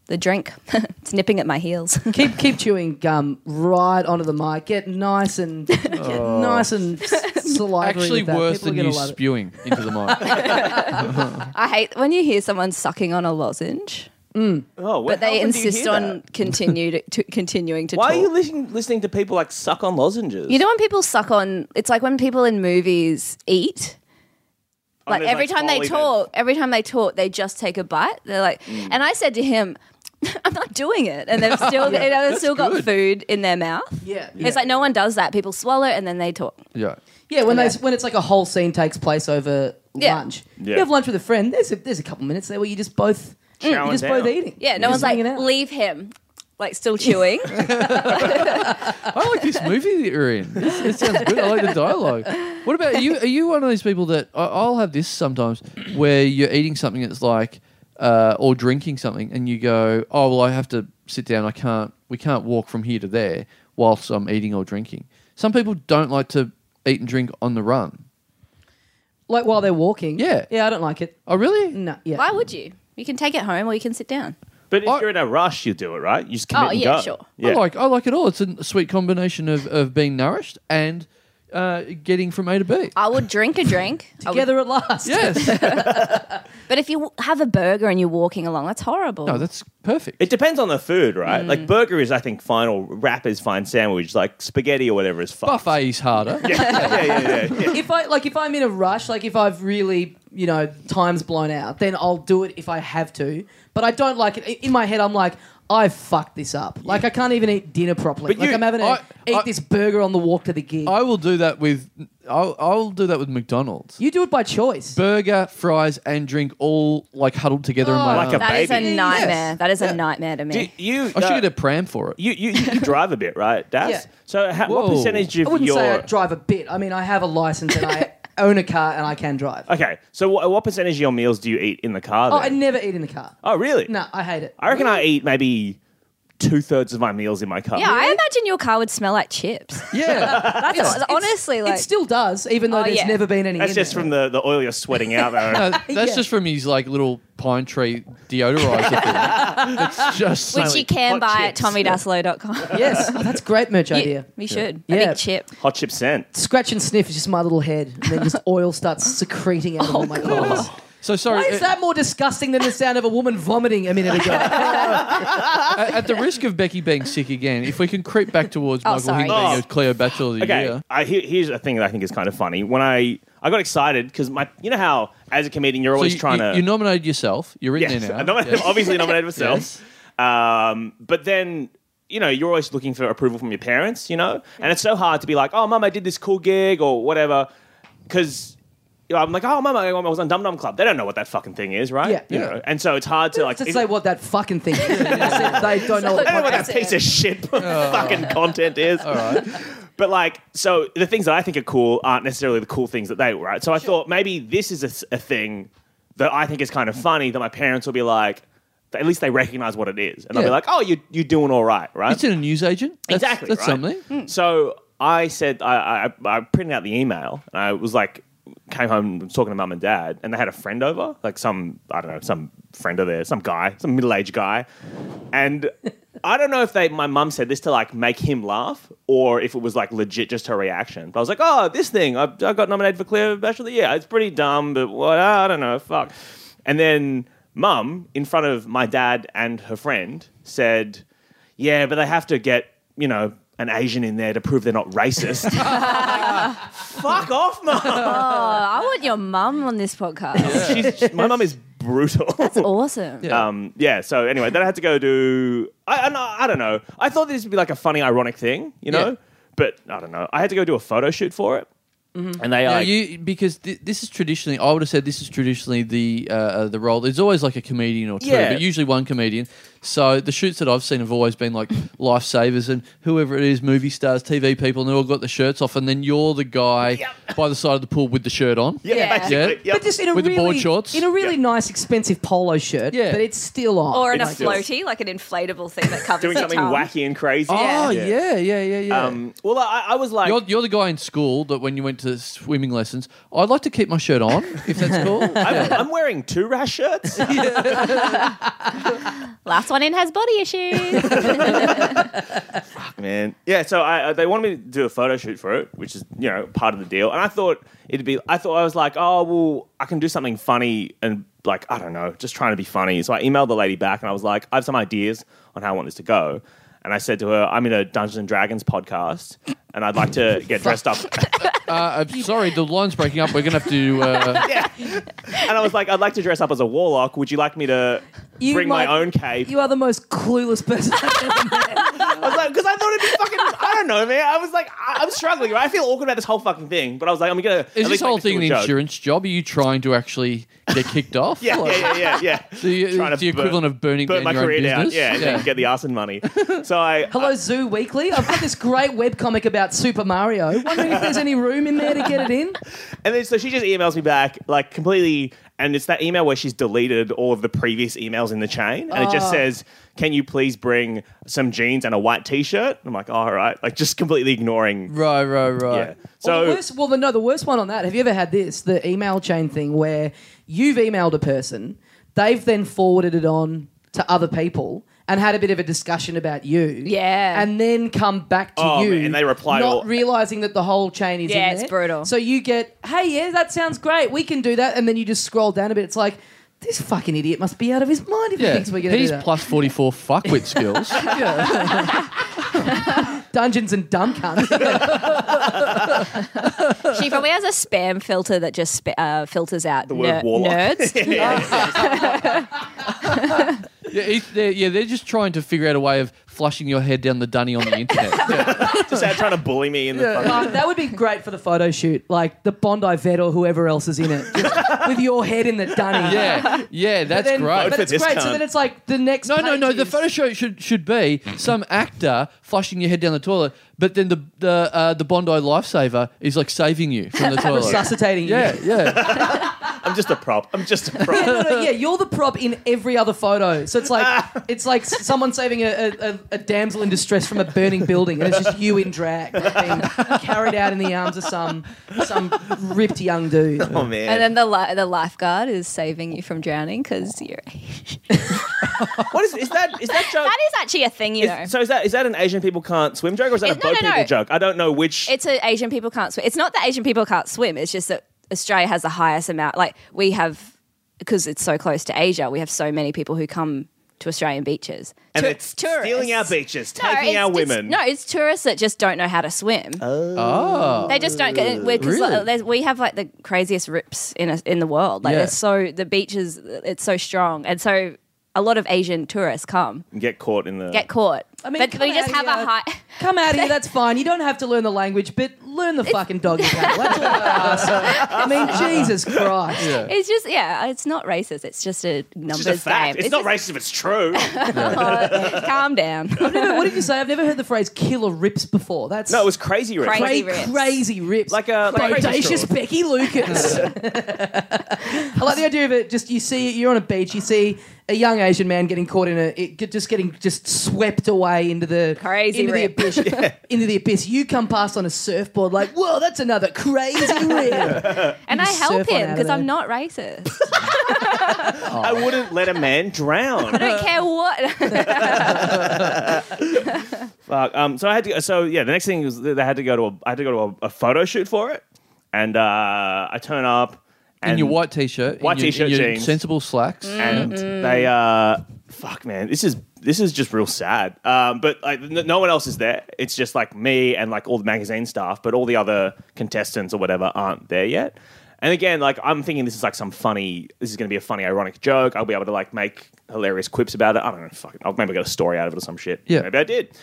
[SPEAKER 3] the drink. it's nipping at my heels.
[SPEAKER 1] Keep keep chewing gum right onto the mic. Get nice and get nice and s- salivating.
[SPEAKER 2] Actually,
[SPEAKER 1] with that.
[SPEAKER 2] worse
[SPEAKER 1] People are
[SPEAKER 2] than
[SPEAKER 1] gonna
[SPEAKER 2] you
[SPEAKER 1] love it.
[SPEAKER 2] spewing into the mic.
[SPEAKER 3] I hate when you hear someone sucking on a lozenge,
[SPEAKER 4] Oh,
[SPEAKER 3] but they insist on continued to, continuing to
[SPEAKER 4] Why
[SPEAKER 3] talk.
[SPEAKER 4] are you listening, listening to people like suck on lozenges?
[SPEAKER 3] You know when people suck on? It's like when people in movies eat.
[SPEAKER 4] Oh, and
[SPEAKER 3] Like
[SPEAKER 4] there's,
[SPEAKER 3] every time they
[SPEAKER 4] Molly
[SPEAKER 3] talk, every time they talk, they just take a bite. They're like,
[SPEAKER 4] Mm.
[SPEAKER 3] and I said to him, "I'm not doing it," and they've still you know, they've still got food in their mouth.
[SPEAKER 1] Yeah, yeah.
[SPEAKER 3] It's like no one does that. People swallow it and then they talk.
[SPEAKER 2] yeah.
[SPEAKER 1] Yeah, when
[SPEAKER 3] Yeah.
[SPEAKER 1] they when it's like a whole scene takes place over
[SPEAKER 3] Yeah.
[SPEAKER 1] lunch.
[SPEAKER 4] Yeah.
[SPEAKER 1] You have lunch with a friend. There's a, there's a couple minutes there where you just both
[SPEAKER 4] Chowing
[SPEAKER 1] you're just both
[SPEAKER 4] down.
[SPEAKER 1] eating.
[SPEAKER 3] Yeah, no
[SPEAKER 1] You're just
[SPEAKER 3] one's like
[SPEAKER 1] hanging out.
[SPEAKER 3] leave him, like still chewing.
[SPEAKER 2] I like this movie that you're in. This, it sounds good. I like the dialogue. What about you? Are you one of those people that I- I'll have this sometimes where you're eating something that's like, uh, or drinking something, and you go, "Oh well, I have to sit down. I can't. We can't walk from here to there whilst I'm eating or drinking." Some people don't like to eat and drink on the run.
[SPEAKER 1] like while they're walking.
[SPEAKER 2] Yeah.
[SPEAKER 1] yeah, I don't like it.
[SPEAKER 2] Oh really?
[SPEAKER 4] Mm.
[SPEAKER 1] No, yeah.
[SPEAKER 3] Why would you? You can take it home or you can sit down.
[SPEAKER 4] But if
[SPEAKER 2] I-
[SPEAKER 4] you're in a rush, you do it, right? You just commit
[SPEAKER 3] Oh,
[SPEAKER 4] and
[SPEAKER 3] yeah,
[SPEAKER 4] go.
[SPEAKER 3] sure.
[SPEAKER 4] Yeah.
[SPEAKER 2] I like I like it all. It's a sweet combination of, of being nourished and uh, getting from A to B.
[SPEAKER 3] I would drink a drink I would-
[SPEAKER 1] Together at last.
[SPEAKER 2] Yes.
[SPEAKER 3] but if you w- have a burger and you're walking along, that's horrible.
[SPEAKER 2] no, that's perfect.
[SPEAKER 4] It depends on the food, right?
[SPEAKER 3] Mm.
[SPEAKER 4] Like burger is, I think, fine, or wrap is fine. Sandwich, like spaghetti or whatever is fine.
[SPEAKER 2] Buffet is harder.
[SPEAKER 4] yeah, yeah, yeah. yeah.
[SPEAKER 1] if I like, if I'm in a rush, like if I've really, you know, time's blown out, then I'll do it if I have to. But I don't like it. In my head, I'm like, I fucked this up. Like I can't even eat dinner properly.
[SPEAKER 4] But
[SPEAKER 1] like
[SPEAKER 4] you-
[SPEAKER 1] I'm having to
[SPEAKER 2] I-
[SPEAKER 1] eat
[SPEAKER 2] I-
[SPEAKER 1] this burger on the walk to the gig.
[SPEAKER 2] I will do that with I'll, I'll do that with McDonald's.
[SPEAKER 1] you do it by choice.
[SPEAKER 2] Burger, fries, and drink all like huddled together in my
[SPEAKER 4] Like
[SPEAKER 2] arm.
[SPEAKER 4] a-
[SPEAKER 3] That is
[SPEAKER 4] Baby.
[SPEAKER 3] a nightmare. That is a nightmare to me.
[SPEAKER 4] Do you,
[SPEAKER 2] I
[SPEAKER 4] uh,
[SPEAKER 2] should get a pram for it.
[SPEAKER 4] you, you, you drive a bit, right, Das?
[SPEAKER 1] Yeah.
[SPEAKER 4] So, how, what
[SPEAKER 2] Whoa.
[SPEAKER 4] percentage of
[SPEAKER 1] I wouldn't
[SPEAKER 4] your
[SPEAKER 1] say I drive a bit. I mean, I have a license and I own a car and I can drive.
[SPEAKER 4] okay? So, what, what percentage of your meals do you eat in the car?
[SPEAKER 1] Oh,
[SPEAKER 4] Then?
[SPEAKER 1] I never eat in the car.
[SPEAKER 4] Oh, really?
[SPEAKER 1] No, I hate it.
[SPEAKER 4] I reckon I eat maybe two thirds of my meals in my car.
[SPEAKER 3] yeah, I imagine your car would smell like chips.
[SPEAKER 2] yeah.
[SPEAKER 3] That's honestly like
[SPEAKER 1] it still does, even though
[SPEAKER 3] Oh,
[SPEAKER 1] there's
[SPEAKER 3] yeah.
[SPEAKER 1] never been any.
[SPEAKER 4] That's
[SPEAKER 1] in
[SPEAKER 4] just
[SPEAKER 1] there.
[SPEAKER 4] from the, the oil you're sweating out.
[SPEAKER 2] No,
[SPEAKER 4] Though.
[SPEAKER 2] that's
[SPEAKER 1] Yeah.
[SPEAKER 2] just from his like little pine tree deodorizer. thing. It's just
[SPEAKER 3] which
[SPEAKER 2] smelly.
[SPEAKER 3] you can
[SPEAKER 4] hot
[SPEAKER 3] buy
[SPEAKER 4] chips.
[SPEAKER 3] at TommyDaslow.com.
[SPEAKER 1] Yes, oh, that's great merch
[SPEAKER 3] you,
[SPEAKER 1] idea.
[SPEAKER 3] you should. A
[SPEAKER 1] Yeah.
[SPEAKER 3] big chip.
[SPEAKER 4] Hot chip scent.
[SPEAKER 1] Scratch and sniff is just my little head, and then just oil starts secreting
[SPEAKER 3] Oh,
[SPEAKER 1] out of all my pores.
[SPEAKER 2] So sorry.
[SPEAKER 1] Why is
[SPEAKER 2] uh,
[SPEAKER 1] that more disgusting than the sound of a woman vomiting a minute ago?
[SPEAKER 2] at, at the risk of Becky being sick again, if we can creep back towards
[SPEAKER 3] Oh,
[SPEAKER 2] Michael
[SPEAKER 3] sorry.
[SPEAKER 2] Hing being
[SPEAKER 4] Oh.
[SPEAKER 2] a Cleo Bachelor of the
[SPEAKER 4] Okay,
[SPEAKER 2] Year.
[SPEAKER 4] I, here, here's a thing that I think is kind of funny. When I I got excited because my you know how as a comedian you're
[SPEAKER 2] So
[SPEAKER 4] always
[SPEAKER 2] you,
[SPEAKER 4] trying
[SPEAKER 2] you,
[SPEAKER 4] to
[SPEAKER 2] you nominated yourself. You're in
[SPEAKER 4] yes,
[SPEAKER 2] there now.
[SPEAKER 4] I nominated-
[SPEAKER 2] Yes.
[SPEAKER 4] obviously nominated myself.
[SPEAKER 2] Yes.
[SPEAKER 4] Um, but then, you know, you're always looking for approval from your parents, you know? And it's so hard to be like, oh, mum, I did this cool gig or whatever. Because you know, I'm like, oh, mum, I I was on Dum Dum Club. They don't know what that fucking thing is, right?
[SPEAKER 1] Yeah.
[SPEAKER 4] You
[SPEAKER 1] Yeah.
[SPEAKER 4] know? And so it's hard to like.
[SPEAKER 1] to
[SPEAKER 4] if-
[SPEAKER 1] say what that fucking thing is. they don't know what
[SPEAKER 4] I don't know what
[SPEAKER 1] podcast-
[SPEAKER 4] that piece of shit
[SPEAKER 2] Oh.
[SPEAKER 4] fucking content is. But like, so the things that I think are cool aren't necessarily the cool things that they were, right? So I thought maybe this is a s- a, thing that I think is kind of funny that my parents will be like, at least they recognize what it is, and they'll be
[SPEAKER 2] Yeah.
[SPEAKER 4] like, "Oh, you you're doing all right, right?"
[SPEAKER 2] It's in a newsagent. That's,
[SPEAKER 4] exactly.
[SPEAKER 2] That's
[SPEAKER 4] right? Hmm.
[SPEAKER 2] something.
[SPEAKER 4] So I said I, I I printed out the email and I was like came home was talking to mum and dad and they had a friend over like some I don't know some friend of theirs some guy some middle aged guy and I don't know if they my mum said this to like make him laugh or if it was like legit just her reaction but I was like oh this thing I, I got nominated for Clear Bachelor of the Year it's pretty dumb but what I don't know fuck and then mum in front of my dad and her friend said yeah, but they have to get, you know, an Asian in there to prove they're not racist. Fuck off, mum.
[SPEAKER 3] Oh, I want your mum on this podcast.
[SPEAKER 4] She's, my mum is brutal.
[SPEAKER 3] Awesome.
[SPEAKER 2] Yeah.
[SPEAKER 4] Um, yeah, so anyway, then I had to go do. I, I, know- I don't know. I thought this would be like a funny, ironic thing, you know?
[SPEAKER 2] Yeah.
[SPEAKER 4] But I don't know. I had to go do a photo shoot for it. And they,
[SPEAKER 2] Now
[SPEAKER 4] like,
[SPEAKER 2] Mm-hmm. you because th- this is traditionally I would have said this is traditionally the uh, uh, the role. There's always like a comedian or two,
[SPEAKER 4] Yeah.
[SPEAKER 2] but usually one comedian. So the shoots that I've seen have always been like lifesavers and whoever it is, movie stars, TV people, and they all got the shirts off, and then you're the guy by the side of the pool with the shirt on.
[SPEAKER 4] yeah,
[SPEAKER 3] Yeah.
[SPEAKER 4] basically.
[SPEAKER 1] But just in a
[SPEAKER 2] With the
[SPEAKER 1] really,
[SPEAKER 2] board shorts?
[SPEAKER 1] in a really
[SPEAKER 4] Yeah.
[SPEAKER 1] nice, expensive polo shirt,
[SPEAKER 2] Yeah.
[SPEAKER 1] but it's still on.
[SPEAKER 3] Or in a
[SPEAKER 4] It's just-
[SPEAKER 3] floaty, like an inflatable thing that covers
[SPEAKER 4] doing
[SPEAKER 3] your
[SPEAKER 4] something
[SPEAKER 3] tongue.
[SPEAKER 4] wacky and crazy.
[SPEAKER 2] Oh yeah, yeah, yeah, yeah.
[SPEAKER 4] Um, well, I, I was like,
[SPEAKER 2] you're, you're the guy in school that when you went to swimming lessons, I'd like to keep my shirt on if that's cool.
[SPEAKER 4] I'm, I'm wearing two rash shirts.
[SPEAKER 3] Last one in has body issues.
[SPEAKER 4] man. Yeah, so I, uh, they wanted me to do a photo shoot for it, which is you know part of the deal. And I thought it'd be, I thought I was like, oh well, I can do something funny and like I don't know, just trying to be funny. So I emailed the lady back and I was like, I have some ideas on how I want this to go. And I said to her, I'm in a Dungeons and Dragons podcast, and I'd like to get dressed up.
[SPEAKER 2] Uh, I'm sorry, the line's breaking up. We're gonna have to. Uh,
[SPEAKER 4] yeah. And I was like, I'd like to dress up as a warlock. Would you like me to
[SPEAKER 1] You
[SPEAKER 4] bring my
[SPEAKER 1] might-
[SPEAKER 4] own cape?
[SPEAKER 1] You are the most clueless person. I've ever met.
[SPEAKER 4] I was like, because I thought it'd be fucking. I don't know, man. I was like, I, I'm struggling. Right? I feel awkward about this whole fucking thing. But I was like, I'm gonna. at
[SPEAKER 2] is this
[SPEAKER 4] least make
[SPEAKER 2] whole thing an
[SPEAKER 4] into a joke.
[SPEAKER 2] insurance job? Are you trying to actually get kicked off?
[SPEAKER 4] Yeah,
[SPEAKER 2] Like,
[SPEAKER 4] yeah, yeah, yeah. yeah.
[SPEAKER 2] The,
[SPEAKER 4] Trying to
[SPEAKER 2] the equivalent
[SPEAKER 4] burn-
[SPEAKER 2] of burning
[SPEAKER 4] burn
[SPEAKER 2] down
[SPEAKER 4] my
[SPEAKER 2] your own
[SPEAKER 4] career down.
[SPEAKER 2] business?
[SPEAKER 4] Yeah, and then get the arson money. So I.
[SPEAKER 1] Hello, Zoo Weekly. I've got this great webcomic about Super Mario. Wondering if there's any room in there to get it in.
[SPEAKER 4] And then so she just emails me back, like completely. And it's that email where she's deleted all of the previous emails in the chain. And it
[SPEAKER 2] Oh.
[SPEAKER 4] just says, Can you please bring some jeans and a white t shirt? I'm like, All right. Like just completely ignoring.
[SPEAKER 2] Right, right, right.
[SPEAKER 4] Yeah.
[SPEAKER 1] Well, the
[SPEAKER 4] So.
[SPEAKER 1] worst, well, the, no, the worst one on that. Have you ever had this? The email chain thing where you've emailed a person, they've then forwarded it on to other people and had a bit of a discussion about you.
[SPEAKER 3] Yeah.
[SPEAKER 1] And then come back to
[SPEAKER 4] Oh,
[SPEAKER 1] you.
[SPEAKER 4] man, and they reply
[SPEAKER 1] Not
[SPEAKER 4] all-
[SPEAKER 1] realizing that the whole chain is in
[SPEAKER 3] Yeah, it's
[SPEAKER 1] there.
[SPEAKER 3] brutal.
[SPEAKER 1] So you get, hey, yeah, that sounds great. We can do that. And then you just scroll down a bit. It's like, this fucking idiot must be out of his mind if he
[SPEAKER 2] Yeah.
[SPEAKER 1] thinks we're going to do
[SPEAKER 2] He's
[SPEAKER 1] that.
[SPEAKER 2] plus 44 fuckwit skills.
[SPEAKER 1] Dungeons and dumb cunts.
[SPEAKER 3] she probably has a spam filter that just sp- uh, filters out the
[SPEAKER 4] word warlock.
[SPEAKER 3] nerds.
[SPEAKER 2] Yeah, it's, they're, yeah, they're just trying to figure out a way of flushing your head down the dunny on the internet. Yeah.
[SPEAKER 4] Just out trying to bully me in the fucking.
[SPEAKER 1] Uh, that would be great for the photo shoot, like the Bondi vet or whoever else is in it, just with your head in the dunny.
[SPEAKER 2] yeah, yeah,
[SPEAKER 1] But
[SPEAKER 2] that's
[SPEAKER 1] then,
[SPEAKER 2] great.
[SPEAKER 1] But
[SPEAKER 4] for
[SPEAKER 1] it's
[SPEAKER 4] this
[SPEAKER 1] great. So
[SPEAKER 4] cunt.
[SPEAKER 1] then it's like the next.
[SPEAKER 2] no, no,
[SPEAKER 1] page
[SPEAKER 2] no. The
[SPEAKER 1] is-
[SPEAKER 2] photo show should should be some actor flushing your head down the toilet, but then the the uh, the Bondi lifesaver is like saving you from the toilet,
[SPEAKER 1] Resuscitating you.
[SPEAKER 2] Yeah, yeah.
[SPEAKER 4] I'm just a prop. I'm just a
[SPEAKER 1] Yeah, no,
[SPEAKER 4] prop.
[SPEAKER 1] no, yeah, you're the prop in every other photo. So it's like it's like s- someone saving a, a, a- a damsel in distress from a burning building, and it's just you in drag like, being carried out in the arms of some some ripped young dude.
[SPEAKER 4] oh man.
[SPEAKER 5] And then the li- the lifeguard is saving you from drowning because you're.
[SPEAKER 4] what is is that? Is that joke?
[SPEAKER 3] That is actually a thing, you know.
[SPEAKER 4] Is- so is that is that an Asian people can't swim joke or is that
[SPEAKER 3] It-
[SPEAKER 4] a
[SPEAKER 3] no,
[SPEAKER 4] boat
[SPEAKER 3] no, no.
[SPEAKER 4] people joke? I don't know which.
[SPEAKER 3] it's a Asian people can't swim. It's not that Asian people can't swim. It's just that Australia has the highest amount. Like we have, because it's so close to Asia, we have so many people who come to Australian beaches.
[SPEAKER 4] and
[SPEAKER 3] Tou-
[SPEAKER 4] it's stealing our beaches,
[SPEAKER 3] No,
[SPEAKER 4] taking
[SPEAKER 3] it's
[SPEAKER 4] our
[SPEAKER 3] just-
[SPEAKER 4] women.
[SPEAKER 3] no, it's tourists that just don't know how to swim.
[SPEAKER 2] Oh,
[SPEAKER 3] They just don't. Get, we're, 'cause,
[SPEAKER 2] Really?
[SPEAKER 3] like, there's- we have like the craziest rips in a, in the world. Like
[SPEAKER 2] Yeah.
[SPEAKER 3] it's so the beaches, it's so strong, and so a lot of Asian tourists come
[SPEAKER 4] And get caught in the.
[SPEAKER 3] get caught.
[SPEAKER 1] I mean,
[SPEAKER 3] but
[SPEAKER 1] come
[SPEAKER 3] we just
[SPEAKER 1] out
[SPEAKER 3] have
[SPEAKER 1] of
[SPEAKER 3] a
[SPEAKER 1] your-
[SPEAKER 3] high.
[SPEAKER 1] Come out of here, that's fine. You don't have to learn the language, but learn the fucking doggy paddle. That's all I ask. I mean, Jesus Christ.
[SPEAKER 2] yeah.
[SPEAKER 3] It's just yeah, it's not racist. It's just a numbers
[SPEAKER 4] it's just a fact.
[SPEAKER 3] game.
[SPEAKER 4] It's, not racist if it's true.
[SPEAKER 3] racist. Calm down.
[SPEAKER 1] Never- what did you say? I've never heard the phrase killer rips before. That's
[SPEAKER 4] no, it was crazy rich.
[SPEAKER 3] Crazy
[SPEAKER 1] crazy,
[SPEAKER 3] rips.
[SPEAKER 1] crazy rips.
[SPEAKER 4] Like a- like a crazy
[SPEAKER 1] bodacious
[SPEAKER 4] straw.
[SPEAKER 1] Becky Lucas. I like the idea of it. Just you see, you're on a beach, you see a young Asian man getting caught in a, it, get- just getting just swept away into the
[SPEAKER 3] Crazy
[SPEAKER 1] into
[SPEAKER 3] rip.
[SPEAKER 1] the abyss, into the abyss. You come past on a surfboard, like whoa, that's another crazy rip.
[SPEAKER 3] And I
[SPEAKER 1] surf
[SPEAKER 3] help
[SPEAKER 1] on out
[SPEAKER 3] him
[SPEAKER 1] of
[SPEAKER 3] because
[SPEAKER 1] there.
[SPEAKER 3] I'm not racist.
[SPEAKER 4] I wouldn't let a man drown.
[SPEAKER 3] I don't care what.
[SPEAKER 4] Fuck. Um, so I had to. So yeah, the next thing was that they had to go to a. I had to go to a, a photo shoot for it, and uh, I turn up. And
[SPEAKER 2] In your white t-shirt,
[SPEAKER 4] White
[SPEAKER 2] in your,
[SPEAKER 4] t-shirt
[SPEAKER 2] in your
[SPEAKER 4] jeans. Mm.
[SPEAKER 2] sensible slacks.
[SPEAKER 4] and they uh fuck man this is this is just real sad um but like n- no one else is there it's just like me and like all the magazine staff but all the other contestants or whatever aren't there yet and again like i'm thinking this is like some funny this is going to be a funny ironic joke i'll be able to like make hilarious quips about it i don't know fucking i'll maybe get a story out of it or some shit
[SPEAKER 2] Yeah.
[SPEAKER 4] maybe i did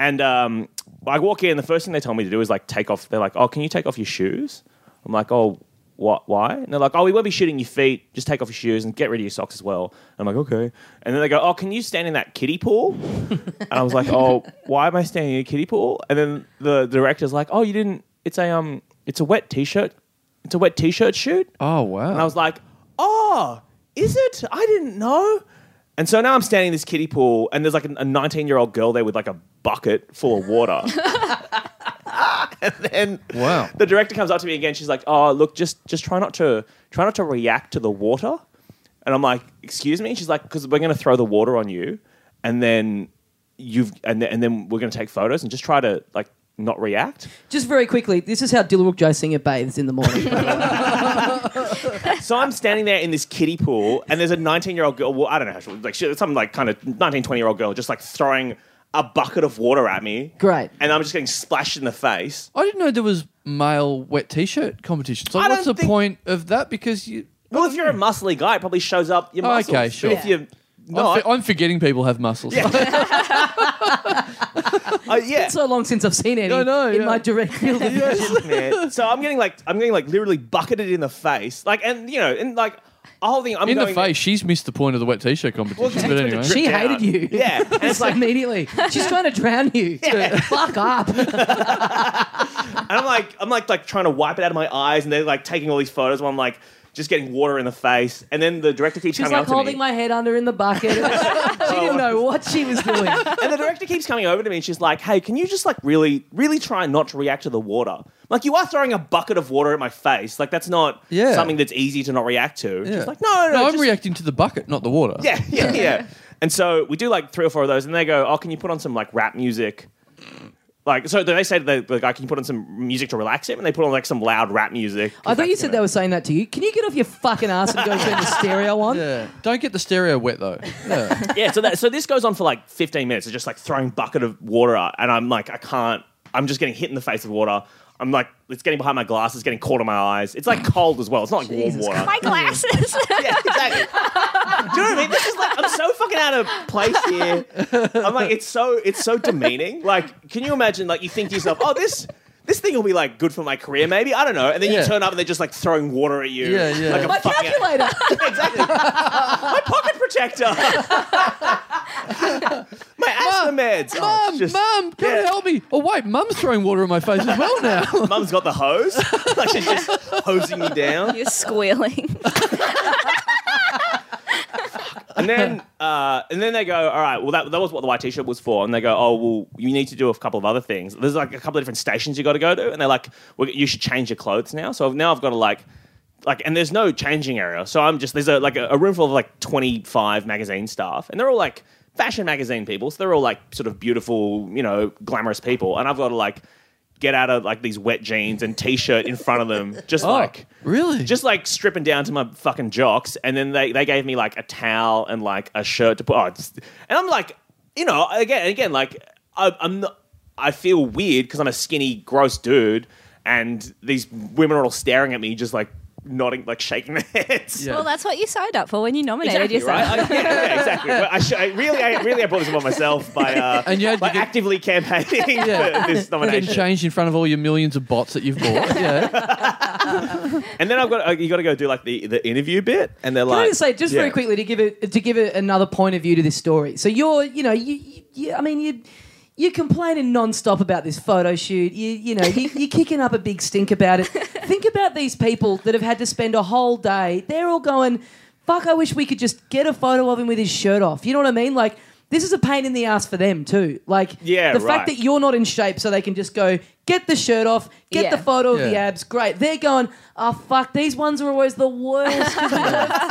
[SPEAKER 4] and um i walk in the first thing they tell me to do is like take off they're like oh can you take off your shoes i'm like oh what, why? And they're like, oh, we won't be shooting your feet. Just take off your shoes and get rid of your socks as well. I'm like, okay. And then they go, oh, can you stand in that kiddie pool? and I was like, oh, why am I standing in a kiddie pool? And then the director's like, oh, you didn't. It's a um, it's a wet t-shirt. It's a wet t-shirt shoot.
[SPEAKER 2] Oh wow!
[SPEAKER 4] And I was like, oh, is it? I didn't know. And so now I'm standing in this kiddie pool, and there's like a 19 year old girl there with like a bucket full of water. and then
[SPEAKER 2] Wow.
[SPEAKER 4] the director comes up to me again. She's like, "Oh, look, just just try not to try not to react to the water." And I'm like, "Excuse me." She's like, "Because we're going to throw the water on you." And and then you've and, th- and then we're going to take photos and just try to like not react.
[SPEAKER 1] Just very quickly, this is how Dilruk Jai Singer bathes in the morning.
[SPEAKER 4] So I'm standing there in this kiddie pool, and there's a 19 year old girl. Well, I don't know how she like she, some like kind of 19, 20 year old girl just like throwing a bucket of water at me.
[SPEAKER 1] Great.
[SPEAKER 4] And I'm just getting splashed in the face.
[SPEAKER 2] I didn't know there was male wet t-shirt competitions.
[SPEAKER 4] I
[SPEAKER 2] Like, what's
[SPEAKER 4] don't
[SPEAKER 2] the
[SPEAKER 4] think-
[SPEAKER 2] point of that? Because you,
[SPEAKER 4] Well, if you're a muscly guy, it probably shows up your
[SPEAKER 2] Okay,
[SPEAKER 4] muscles.
[SPEAKER 2] sure.
[SPEAKER 4] But if you're
[SPEAKER 2] I'm,
[SPEAKER 4] not,
[SPEAKER 2] for- I'm forgetting people have muscles.
[SPEAKER 4] uh, yeah.
[SPEAKER 1] It's so long since I've seen any
[SPEAKER 2] I know,
[SPEAKER 1] in
[SPEAKER 2] yeah.
[SPEAKER 1] my direct field of vision.
[SPEAKER 4] Man. So I'm getting like I'm getting like literally bucketed in the face, like and you know, and like a whole thing. I'm
[SPEAKER 2] In the
[SPEAKER 4] going-
[SPEAKER 2] face, she's missed the point of the wet t-shirt
[SPEAKER 4] Well,
[SPEAKER 2] competition.
[SPEAKER 4] just
[SPEAKER 2] but
[SPEAKER 4] with the
[SPEAKER 2] anyway,
[SPEAKER 1] She
[SPEAKER 4] drip down.
[SPEAKER 1] hated you.
[SPEAKER 4] Yeah, and it's
[SPEAKER 1] It's
[SPEAKER 4] like,
[SPEAKER 1] like
[SPEAKER 4] and
[SPEAKER 1] immediately. She's trying to drown you. Fuck up.
[SPEAKER 4] I'm like, I'm like, like trying to wipe it out of my eyes, and they're like taking all these photos. While I'm like, just getting water in the face, and then the director keeps
[SPEAKER 1] She's
[SPEAKER 4] coming
[SPEAKER 1] like
[SPEAKER 4] up to me.
[SPEAKER 1] holding my head under in the bucket. she didn't know what she was doing.
[SPEAKER 4] and the director keeps coming over to me and she's like, hey, can you just like really, really try not to react to the water? I'm Like, you are throwing a bucket of water at my face. Like, that's not
[SPEAKER 2] Yeah.
[SPEAKER 4] something that's easy to not react to.
[SPEAKER 2] yeah.
[SPEAKER 4] She's like, no, no, no.
[SPEAKER 2] I'm
[SPEAKER 4] just-
[SPEAKER 2] reacting to the bucket, not the water.
[SPEAKER 4] Yeah, yeah, yeah. and so we do like three or four of those and they go, oh, can you put on some like rap music? Like, so they say to the, the guy, can you put on some music to relax him? And they put on like some loud rap music.
[SPEAKER 1] I thought you
[SPEAKER 4] That's,
[SPEAKER 1] said they were saying that to you. Can you get off your fucking ass and go turn the stereo on?
[SPEAKER 2] Yeah. Don't get the stereo wet though. Yeah.
[SPEAKER 4] yeah, so that so this goes on for like 15 minutes. It's just like throwing bucket of water at, and I'm like, I can't. I'm just getting hit in the face with water. I'm like, it's getting behind my glasses, it's getting caught in my eyes. It's like cold as well. It's not like warm water.
[SPEAKER 3] My glasses.
[SPEAKER 4] Yeah, exactly. Do you know what I mean? This is like I'm so fucking out of place here. I'm like, it's so it's so demeaning. Like, can you imagine? Like, you think to yourself, oh, this. This thing will be like good for my career, maybe. I don't know. And then
[SPEAKER 2] Yeah.
[SPEAKER 4] you turn up and they're just like throwing water at you.
[SPEAKER 2] Yeah, yeah.
[SPEAKER 4] Like a
[SPEAKER 1] My
[SPEAKER 4] fucking-
[SPEAKER 1] calculator.
[SPEAKER 4] exactly. Uh, My pocket protector. my asthma meds. Oh, it's
[SPEAKER 2] Mum,
[SPEAKER 4] just-
[SPEAKER 2] mum, come
[SPEAKER 4] yeah.
[SPEAKER 2] help me. Oh wait, mum's throwing water in my face as well now.
[SPEAKER 4] Mum's got the hose. like she's just hosing me down.
[SPEAKER 3] You're squealing.
[SPEAKER 4] And then, uh, and then they go, all right. Well, that, that was what the white t-shirt was for. And they go, oh, well, you need to do a couple of other things. There's like a couple of different stations you got to go to, and they're like, well, you should change your clothes now. So now I've got to like. Like and there's no changing area, so I'm just there's a like a, a room full of like 25 magazine staff, and they're all like fashion magazine people, so they're all like sort of beautiful, you know, glamorous people, and I've got to like get out of like these wet jeans and t-shirt in front of them, just
[SPEAKER 2] Oh.
[SPEAKER 4] like
[SPEAKER 2] really?
[SPEAKER 4] just like stripping down to my fucking jocks, and then they, they gave me like a towel and like a shirt to put. Oh, it's- and I'm like, you know, again, again, like I, I'm not, I feel weird because I'm a skinny, gross dude, and these women are all staring at me, just like nodding, like shaking their heads.
[SPEAKER 2] Yeah.
[SPEAKER 5] Well, that's what you signed up for when you nominated
[SPEAKER 4] Exactly,
[SPEAKER 5] yourself.
[SPEAKER 4] right? I- yeah, yeah, exactly. But I, sh- I really, I really, I brought this upon myself by, uh,
[SPEAKER 2] And you had to
[SPEAKER 4] by
[SPEAKER 2] get-
[SPEAKER 4] actively campaigning
[SPEAKER 2] Yeah.
[SPEAKER 4] for this
[SPEAKER 2] You're getting
[SPEAKER 4] nomination.
[SPEAKER 2] changed in front of all your millions of bots that you've bought. Yeah.
[SPEAKER 4] And then I've got uh, you got to go do like the, the interview bit, and they're
[SPEAKER 1] Can
[SPEAKER 4] like,
[SPEAKER 1] I just say, just very
[SPEAKER 4] Yeah.
[SPEAKER 1] quickly, to give it to give it another point of view to this story. So you're, you know, you, you- you I mean, you. You're complaining non-stop about this photo shoot. You, you know, you, you're kicking up a big stink about it. Think about these people that have had to spend a whole day. They're all going, "Fuck! I wish we could just get a photo of him with his shirt off." You know what I mean? Like, this is a pain in the ass for them too. Like,
[SPEAKER 4] Yeah,
[SPEAKER 1] the
[SPEAKER 4] right.
[SPEAKER 1] fact that you're not in shape, so they can just go get the shirt off, get
[SPEAKER 5] Yeah.
[SPEAKER 1] the photo of the
[SPEAKER 2] Yeah.
[SPEAKER 1] abs. Great. They're going, oh, fuck, these ones are always the worst. 'cause we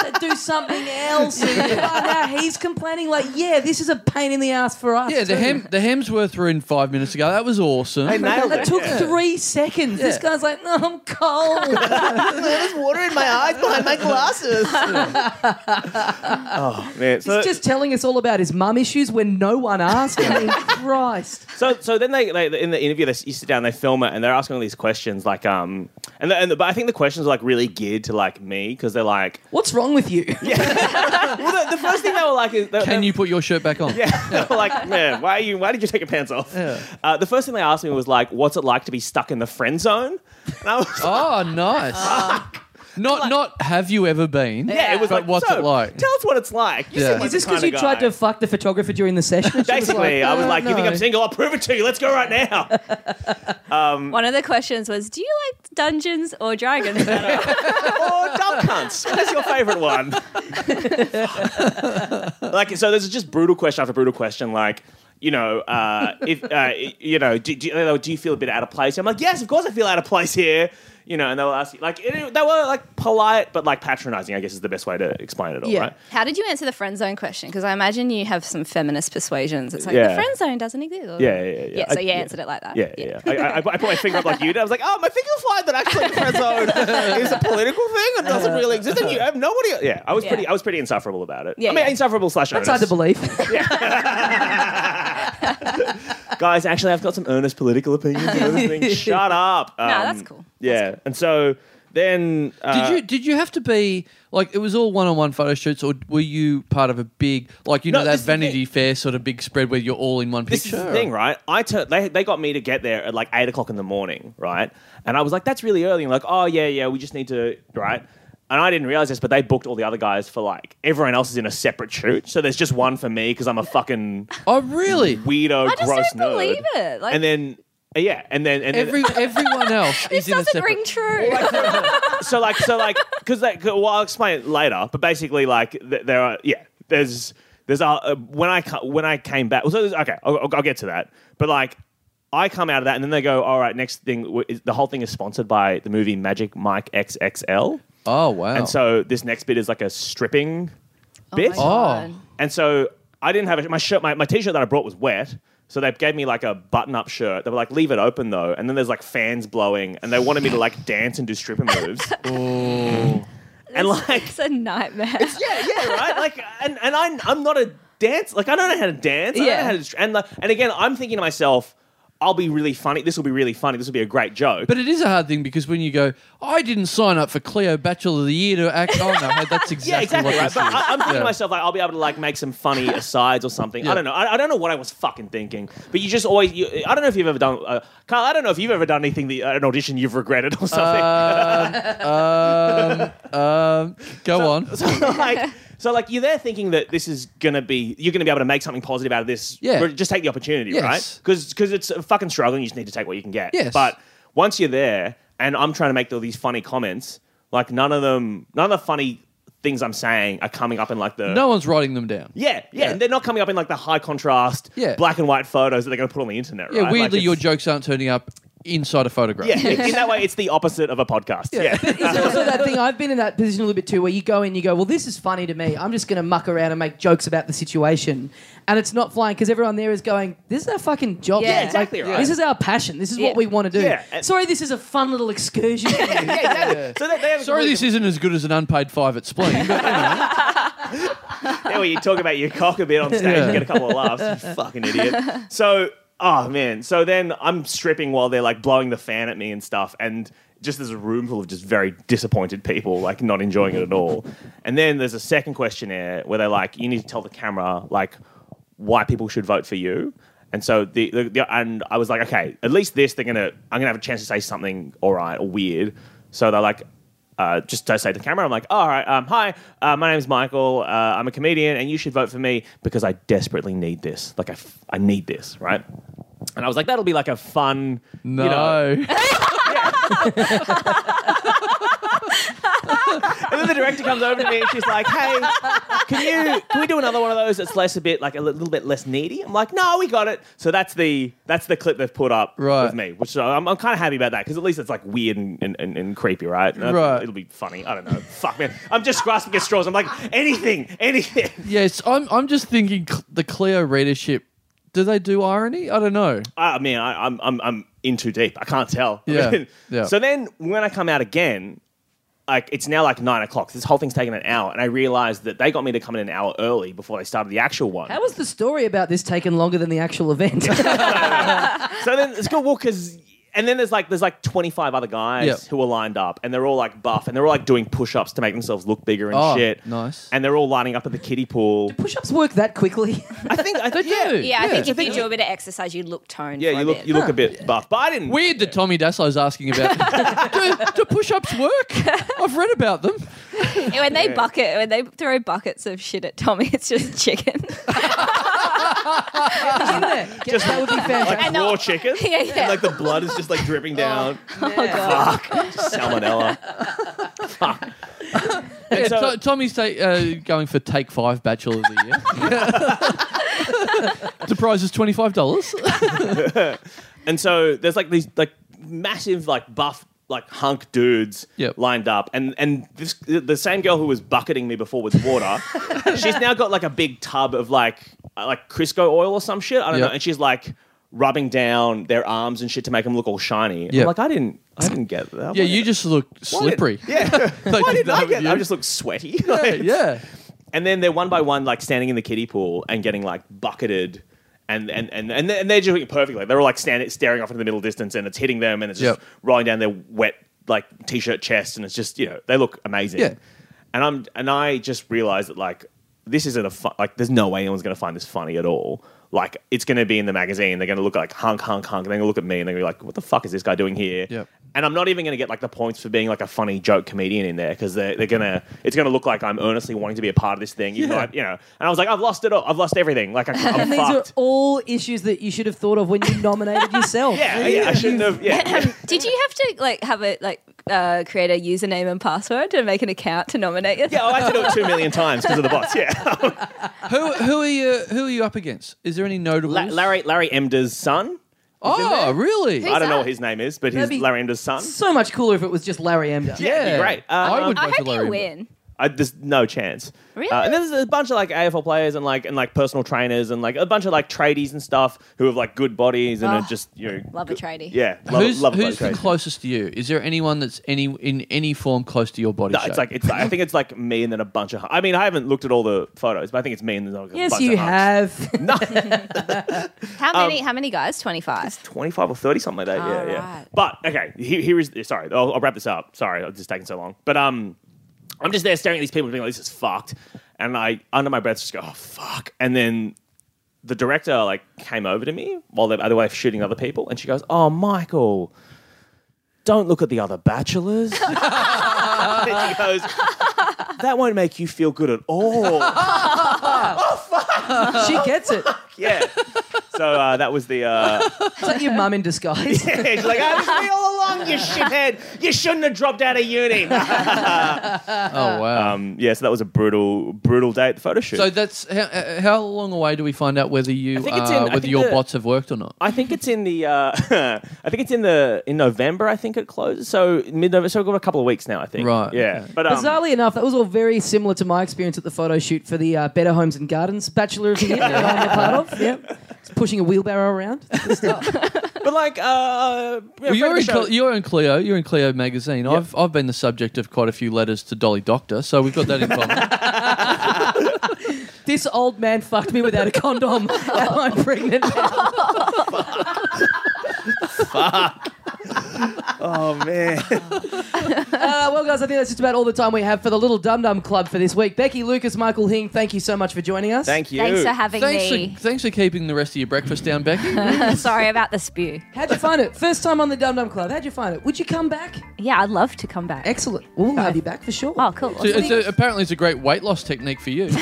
[SPEAKER 1] don't- do something else. Oh, now he's complaining, like, yeah, this is a pain in the ass for us.
[SPEAKER 2] Yeah,
[SPEAKER 1] too.
[SPEAKER 2] the hem the Hemsworth were in five minutes ago. That was awesome.
[SPEAKER 4] I nailed
[SPEAKER 1] That
[SPEAKER 4] it.
[SPEAKER 1] took
[SPEAKER 4] Yeah.
[SPEAKER 1] three seconds. This
[SPEAKER 2] Yeah.
[SPEAKER 1] guy's like, no, I'm cold.
[SPEAKER 4] There's water in my eyes behind my glasses. oh man! So,
[SPEAKER 1] He's just telling us all about his mum issues when no one asked. I mean, Christ.
[SPEAKER 4] so, so then they, they in the interview they s- you sit down, they film it, and they're asking all these questions like um and the, and the, but I think the questions are like really geared to like me because they're like
[SPEAKER 1] What's wrong with you?
[SPEAKER 4] well the, the first thing they were like is they,
[SPEAKER 2] Can
[SPEAKER 4] they-
[SPEAKER 2] you put your shirt back on?
[SPEAKER 4] yeah they were like man why are you why did you take your pants off uh, the first thing they asked me was like what's it like to be stuck in the friend zone and I was like,
[SPEAKER 2] Oh, nice. not not have you ever been?
[SPEAKER 4] Ah. yeah it was
[SPEAKER 2] But
[SPEAKER 4] like
[SPEAKER 2] what's
[SPEAKER 4] so,
[SPEAKER 2] it like?
[SPEAKER 4] tell us what it's like You
[SPEAKER 2] Yeah.
[SPEAKER 4] seem like
[SPEAKER 1] Is this
[SPEAKER 4] the kind
[SPEAKER 1] because you
[SPEAKER 4] of
[SPEAKER 1] tried
[SPEAKER 4] guy.
[SPEAKER 1] to fuck the photographer during the session? She was
[SPEAKER 4] Basically, I was
[SPEAKER 1] "Uh,
[SPEAKER 4] like, "You think
[SPEAKER 1] no."
[SPEAKER 4] I'm single? I'll prove it to you. Let's go right now."
[SPEAKER 5] One of the questions was, "Do you like Dungeons or Dragons?" better?"
[SPEAKER 4] or dumb cunts? What is your favourite one? like, so there's just brutal question after brutal question. Like, you know, uh, if uh, you know, do, do, you know, do you feel a bit out of place? I'm like, yes, of course I feel out of place here. You know, and they'll ask you like it, they were like polite but like patronizing. I guess is the best way to explain it all, right?
[SPEAKER 1] Yeah.
[SPEAKER 3] How did you answer the friend zone question? Because I imagine you have some feminist persuasions. It's like
[SPEAKER 4] Yeah.
[SPEAKER 3] the friend zone doesn't exist.
[SPEAKER 4] Yeah, yeah, yeah, yeah.
[SPEAKER 3] Yeah, so
[SPEAKER 4] I-
[SPEAKER 3] you
[SPEAKER 4] yeah.
[SPEAKER 3] answered it like that.
[SPEAKER 4] Yeah, yeah. yeah. I, I, I put my finger up like you did. I was like, oh, my finger's flying. That actually, the friend zone is a political thing. It doesn't really exist. And you have nobody. Yeah, I was
[SPEAKER 3] Yeah.
[SPEAKER 4] pretty. I was pretty insufferable about it.
[SPEAKER 3] Yeah,
[SPEAKER 4] I mean,
[SPEAKER 3] yeah.
[SPEAKER 4] insufferable slash
[SPEAKER 1] That's hard to
[SPEAKER 4] earnest.
[SPEAKER 1] believe.
[SPEAKER 4] Guys, actually, I've got some earnest political opinions. and other things. Shut up. Um,
[SPEAKER 3] that's cool.
[SPEAKER 4] Yeah, and so then uh,
[SPEAKER 2] Did you did you have to be like it was all one on one photo shoots, or were you part of a big like you
[SPEAKER 4] No,
[SPEAKER 2] know that
[SPEAKER 4] this is the
[SPEAKER 2] Vanity Fair sort of big spread where you're all in one
[SPEAKER 4] This
[SPEAKER 2] picture?
[SPEAKER 4] is the thing, right? I turned. they, they got me to get there at like eight o'clock in the morning, right? And I was like, that's really early. And like, oh yeah, yeah, we just need to, right? And I didn't realize this, but they booked all the other guys for like everyone else is in a separate shoot, so there's just one for me because I'm a fucking
[SPEAKER 2] Oh really?
[SPEAKER 4] weirdo,
[SPEAKER 3] I just
[SPEAKER 4] gross
[SPEAKER 3] don't believe
[SPEAKER 4] nerd.
[SPEAKER 3] it. Like,
[SPEAKER 4] And then yeah, and then and then,
[SPEAKER 2] Every everyone else
[SPEAKER 3] this
[SPEAKER 2] is in a
[SPEAKER 3] doesn't
[SPEAKER 2] separate.
[SPEAKER 3] ring true.
[SPEAKER 4] so like so like because that well I'll explain it later but basically like th- there are yeah there's there's a uh, when I cu- when I came back so there's- okay I'll, I'll- I'll get to that but like I come out of that and then they go all right next thing w- is- the whole thing is sponsored by the movie Magic Mike XXL
[SPEAKER 2] oh wow!
[SPEAKER 4] and so this next bit is like a stripping bit
[SPEAKER 3] my God.
[SPEAKER 4] and so I didn't have a, my shirt. My, my t-shirt that I brought was wet, so they gave me like a button-up shirt. They were like, "Leave it open though." And then there's like fans blowing, and they wanted me to like dance and do stripper moves. and like,
[SPEAKER 3] it's a nightmare.
[SPEAKER 4] yeah, yeah, right. Like, and and I'm I'm not a dance. Like, I don't know how to dance. I don't know
[SPEAKER 3] Yeah.
[SPEAKER 4] how to. str- And like, and again, I'm thinking to myself, "I'll be really funny. This will be really funny. This will be a great joke."
[SPEAKER 2] But it is a hard thing because when you go, I didn't sign up for Cleo Bachelor of the Year to act. Oh no, that's exactly,
[SPEAKER 4] yeah, exactly
[SPEAKER 2] what
[SPEAKER 4] right.
[SPEAKER 2] this
[SPEAKER 4] But
[SPEAKER 2] is.
[SPEAKER 4] I, I'm thinking
[SPEAKER 2] Yeah.
[SPEAKER 4] to myself like I'll be able to like make some funny asides or something. I
[SPEAKER 2] Yeah.
[SPEAKER 4] don't know. I, I don't know what I was fucking thinking. But you just always. You, I don't know if you've ever done. Uh, Carl, I don't know if you've ever done anything that an audition you've regretted or something.
[SPEAKER 2] Uh. Um, go on.
[SPEAKER 4] so like. So like you're there thinking that this is gonna be you're gonna be able to make something positive out of this.
[SPEAKER 2] Yeah.
[SPEAKER 4] But Just take the opportunity,
[SPEAKER 2] Yes.
[SPEAKER 4] right? Because it's a fucking struggle. and You just need to take what you can get.
[SPEAKER 2] Yes.
[SPEAKER 4] But once you're there, and I'm trying to make all these funny comments, like none of them, none of the funny things I'm saying are coming up in like the
[SPEAKER 2] No one's writing them down.
[SPEAKER 4] Yeah, yeah,
[SPEAKER 2] Yeah.
[SPEAKER 4] And they're not coming up in like the high contrast
[SPEAKER 2] Yeah.
[SPEAKER 4] black and white photos that they're going to put on the internet,
[SPEAKER 2] Yeah,
[SPEAKER 4] right? Like,
[SPEAKER 2] weirdly,
[SPEAKER 4] it's-
[SPEAKER 2] your jokes aren't turning up inside a photograph.
[SPEAKER 4] Yeah, in that way, it's the opposite of a podcast. Yeah.
[SPEAKER 1] It's also that thing. I've been in that position a little bit too, where you go in, you go, "Well, this is funny to me. I'm just going to muck around and make jokes about the situation," and it's not flying because everyone there is going, "This is our fucking job.
[SPEAKER 3] Yeah,
[SPEAKER 1] Like,
[SPEAKER 4] exactly right.
[SPEAKER 1] This is our passion. This is
[SPEAKER 3] Yeah.
[SPEAKER 1] what we want to do."
[SPEAKER 4] Yeah, and-
[SPEAKER 1] Sorry, this is a fun little excursion.
[SPEAKER 4] so they, they have a
[SPEAKER 2] Sorry,
[SPEAKER 4] completely-
[SPEAKER 2] this isn't as good as an unpaid five at Spleen. but, you know.
[SPEAKER 4] Yeah, well, you talk about your cock a bit on stage,
[SPEAKER 2] Yeah.
[SPEAKER 4] you get a couple of laughs. You fucking idiot. So, oh man. So then I'm stripping while they're like blowing the fan at me and stuff, and just there's a room full of just very disappointed people, like not enjoying it at all. And then there's a second questionnaire where they're like, you need to tell the camera like why people should vote for you. And so the, the, the and I was like, okay, at least this they're gonna I'm gonna have a chance to say something all right or weird. So they're like, uh, just to say to the camera, I'm like, all right, um, hi, uh, my name's Michael. Uh, I'm a comedian, and you should vote for me because I desperately need this. Like, I, f- I need this, right? And I was like, that'll be like a fun,
[SPEAKER 2] no.
[SPEAKER 4] you know. And then the director comes over to me and she's like, hey, can you can we do another one of those that's less a bit like a li- little bit less needy? I'm like, no, we got it. So that's the that's the clip they've put up
[SPEAKER 2] Right.
[SPEAKER 4] with me, which I'm, I'm kind of happy about that because at least it's like weird and, and, and, and creepy, right? And I-
[SPEAKER 2] Right.
[SPEAKER 4] It'll be funny. I don't know. Fuck man, I'm just grasping at straws. I'm like, anything, anything.
[SPEAKER 2] Yes, I'm. I'm just thinking cl- the Cleo readership. Do they do irony? I don't know.
[SPEAKER 4] I mean, Ah, I, I'm, I'm, I'm in too deep. I can't tell. I
[SPEAKER 2] Yeah,
[SPEAKER 4] mean,
[SPEAKER 2] yeah.
[SPEAKER 4] So then when I come out again, like it's now like nine o'clock. This whole thing's taken an hour, and I realized that they got me to come in an hour early before they started the actual one.
[SPEAKER 1] How was the story about this taken longer than the actual event?
[SPEAKER 4] so then it's good. Well, because and then there's like there's like 25 other guys
[SPEAKER 2] Yep.
[SPEAKER 4] who are lined up, and they're all like buff, and they're all like doing push-ups to make themselves look bigger and
[SPEAKER 2] Oh,
[SPEAKER 4] shit.
[SPEAKER 2] nice.
[SPEAKER 4] And they're all lining up at the kiddie pool.
[SPEAKER 1] Push-ups work that quickly.
[SPEAKER 4] I think I think
[SPEAKER 2] do.
[SPEAKER 4] yeah.
[SPEAKER 3] yeah, I think
[SPEAKER 2] Yeah.
[SPEAKER 3] if you do a bit of exercise, you look toned.
[SPEAKER 4] Yeah,
[SPEAKER 3] for
[SPEAKER 4] you
[SPEAKER 3] a
[SPEAKER 4] look
[SPEAKER 3] bit.
[SPEAKER 4] you look a bit buff, but I didn't.
[SPEAKER 2] Weird that Tommy Daslow's asking about. do, do push-ups work? I've read about them.
[SPEAKER 3] when they bucket, when they throw buckets of shit at Tommy, it's just chicken.
[SPEAKER 1] Isn't there?
[SPEAKER 4] Just-
[SPEAKER 1] that would be fantastic.
[SPEAKER 4] like
[SPEAKER 3] And they'll-
[SPEAKER 4] raw chicken.
[SPEAKER 3] Yeah, Oh. yeah.
[SPEAKER 4] And like the blood is just like dripping down. Fuck. Salmonella. Fuck. And
[SPEAKER 2] Yeah,
[SPEAKER 4] so-
[SPEAKER 2] To- Tommy's ta- uh, going for take five Bachelor of the Year. the prize is twenty five dollars.
[SPEAKER 4] and so there's like these like massive like buff like hunk dudes
[SPEAKER 2] Yep.
[SPEAKER 4] lined up, and and this the same girl who was bucketing me before with water, she's now got like a big tub of like uh, like Crisco oil or some shit. I don't
[SPEAKER 2] Yep.
[SPEAKER 4] know, and she's like rubbing down their arms and shit to make them look all shiny.
[SPEAKER 2] Yep.
[SPEAKER 4] I'm like I didn't I didn't get that.
[SPEAKER 2] Yeah,
[SPEAKER 4] Why
[SPEAKER 2] you
[SPEAKER 4] did-
[SPEAKER 2] just look slippery.
[SPEAKER 4] yeah.
[SPEAKER 2] Like,
[SPEAKER 4] Why didn't
[SPEAKER 2] that
[SPEAKER 4] I
[SPEAKER 2] would
[SPEAKER 4] get?
[SPEAKER 2] you-
[SPEAKER 4] that? I just look sweaty.
[SPEAKER 2] Yeah,
[SPEAKER 4] Like,
[SPEAKER 2] yeah.
[SPEAKER 4] and then they're one by one like standing in the kiddie pool and getting like bucketed and and and and, they- and they're doing it perfectly they're all like standing staring off into the middle distance and it's hitting them and it's just
[SPEAKER 2] Yep.
[SPEAKER 4] rolling down their wet like t-shirt chest and it's just you know they look amazing
[SPEAKER 2] Yeah.
[SPEAKER 4] and i'm and i just realized that like this isn't a fun like there's no way anyone's going to find this funny at all like it's going to be in the magazine they're going to look like hunk hunk hunk and they're going to look at me and they're going to be like what the fuck is this guy doing here
[SPEAKER 2] Yep.
[SPEAKER 4] and I'm not even going to get like the points for being like a funny joke comedian in there because they're, they're gonna it's gonna look like I'm earnestly wanting to be a part of this thing. Even though I, you know, and I was like, I've lost it all. I've lost everything. Like I, I'm
[SPEAKER 1] And these
[SPEAKER 4] fucked.
[SPEAKER 1] are all issues that you should have thought of when you nominated yourself.
[SPEAKER 4] yeah, yeah, I shouldn't have. Yeah,
[SPEAKER 5] Did you have to like have a like uh, create a username and password to make an account to nominate yourself?
[SPEAKER 4] yeah. Oh, I had to do it two million times because of the bots. Yeah,
[SPEAKER 2] Who who are you who are you up against? Is there any notable?
[SPEAKER 4] La- Larry Larry Emder's son.
[SPEAKER 2] oh, really?
[SPEAKER 4] I
[SPEAKER 2] Yeah.
[SPEAKER 4] don't know
[SPEAKER 5] that?
[SPEAKER 4] what his name is, but he's
[SPEAKER 1] That'd be-
[SPEAKER 4] Larry Emder's son.
[SPEAKER 1] So much cooler if it was just Larry Emder.
[SPEAKER 4] Yeah, that'd be great.
[SPEAKER 2] I
[SPEAKER 4] Um,
[SPEAKER 2] would
[SPEAKER 5] I
[SPEAKER 2] vote for
[SPEAKER 5] hope
[SPEAKER 2] Larry.
[SPEAKER 5] Oh, you
[SPEAKER 2] Emder.
[SPEAKER 5] win.
[SPEAKER 4] I, there's no chance.
[SPEAKER 5] Really?
[SPEAKER 4] Uh, and then there's a bunch of like AFL players and like and like personal trainers and like a bunch of like tradies and stuff who have like good bodies and
[SPEAKER 5] Oh,
[SPEAKER 4] are just you know
[SPEAKER 5] Love a tradie.
[SPEAKER 4] yeah. Love,
[SPEAKER 2] who's
[SPEAKER 4] love a bloke
[SPEAKER 2] who's the
[SPEAKER 4] tradie.
[SPEAKER 2] closest to you? Is there anyone that's any in any form close to your body
[SPEAKER 4] No,
[SPEAKER 2] shape?
[SPEAKER 4] it's like it's. Like, I think it's like me and then a bunch of. I mean, I haven't looked at all the photos, but I think it's me and then like a
[SPEAKER 1] Yes,
[SPEAKER 4] bunch
[SPEAKER 1] you
[SPEAKER 4] of hunks.
[SPEAKER 1] have.
[SPEAKER 5] How many?
[SPEAKER 1] Um,
[SPEAKER 5] how many guys? Twenty five.
[SPEAKER 4] Twenty-five or thirty, something like that. yeah, yeah.
[SPEAKER 5] right.
[SPEAKER 4] But okay, he- here is. Sorry, I'll, I'll wrap this up. Sorry, it's just taking so long. But um, I'm just there staring at these people, being like, "This is fucked," and I under my breath just go, "Oh fuck," and then the director like came over to me while the other wife's shooting other people, and she goes, "Oh, Michael." Don't look at the other bachelors. and she goes, that won't make you feel good at all.
[SPEAKER 1] she gets it.
[SPEAKER 4] Yeah. So uh, that was the. Uh,
[SPEAKER 1] It's like your mum in disguise.
[SPEAKER 4] she's like, I was me all along, you shithead. You shouldn't have dropped out of uni.
[SPEAKER 2] oh wow.
[SPEAKER 4] um, yeah, so that was a brutal, brutal day at the photo shoot.
[SPEAKER 2] so that's how, uh, how long away do we find out whether you
[SPEAKER 4] think it's in-
[SPEAKER 2] uh,
[SPEAKER 4] I
[SPEAKER 2] whether
[SPEAKER 4] think
[SPEAKER 2] your
[SPEAKER 4] the-
[SPEAKER 2] bots have worked or not?
[SPEAKER 4] I think it's in the. Uh, I think it's in the in November. I think it closes. So mid November. So we've got a couple of weeks now. I think.
[SPEAKER 2] Right,
[SPEAKER 4] Yeah.
[SPEAKER 2] okay.
[SPEAKER 4] But um,
[SPEAKER 1] Bizarrely enough, that was all very similar to my experience at the photo shoot for the uh, Better Homes and Gardens Bachelor of the Year that I'm a part of. Yep. It's pushing a wheelbarrow around. It's good stuff.
[SPEAKER 4] but like, uh, yeah,
[SPEAKER 2] Well,
[SPEAKER 4] friend of
[SPEAKER 2] you're
[SPEAKER 4] the
[SPEAKER 2] in,
[SPEAKER 4] show-
[SPEAKER 2] Cle- you're in Clio. You're in Clio magazine. I've I've been the subject of quite a few letters to Dolly Doctor, so we've got that in common.
[SPEAKER 1] this old man fucked me without a condom. now I'm pregnant. Uh, Now.
[SPEAKER 4] oh man.
[SPEAKER 1] Uh, well, guys, I think that's just about all the time we have for the Little Dum Dum Club for this week. Becky, Lucas, Michael Hing, thank you so much for joining us.
[SPEAKER 4] Thank you.
[SPEAKER 5] Thanks for having
[SPEAKER 2] thanks
[SPEAKER 5] me.
[SPEAKER 2] for thanks for keeping the rest of your breakfast down, Becky.
[SPEAKER 5] Sorry about the spew.
[SPEAKER 1] How'd you find it? First time on the Dum Dum Club. How'd you find it? Would you come back?
[SPEAKER 5] Yeah, I'd love to come back.
[SPEAKER 1] Excellent. We'll have you back for sure.
[SPEAKER 5] Oh, cool.
[SPEAKER 2] So it's a, apparently, it's a great weight loss technique for you. so,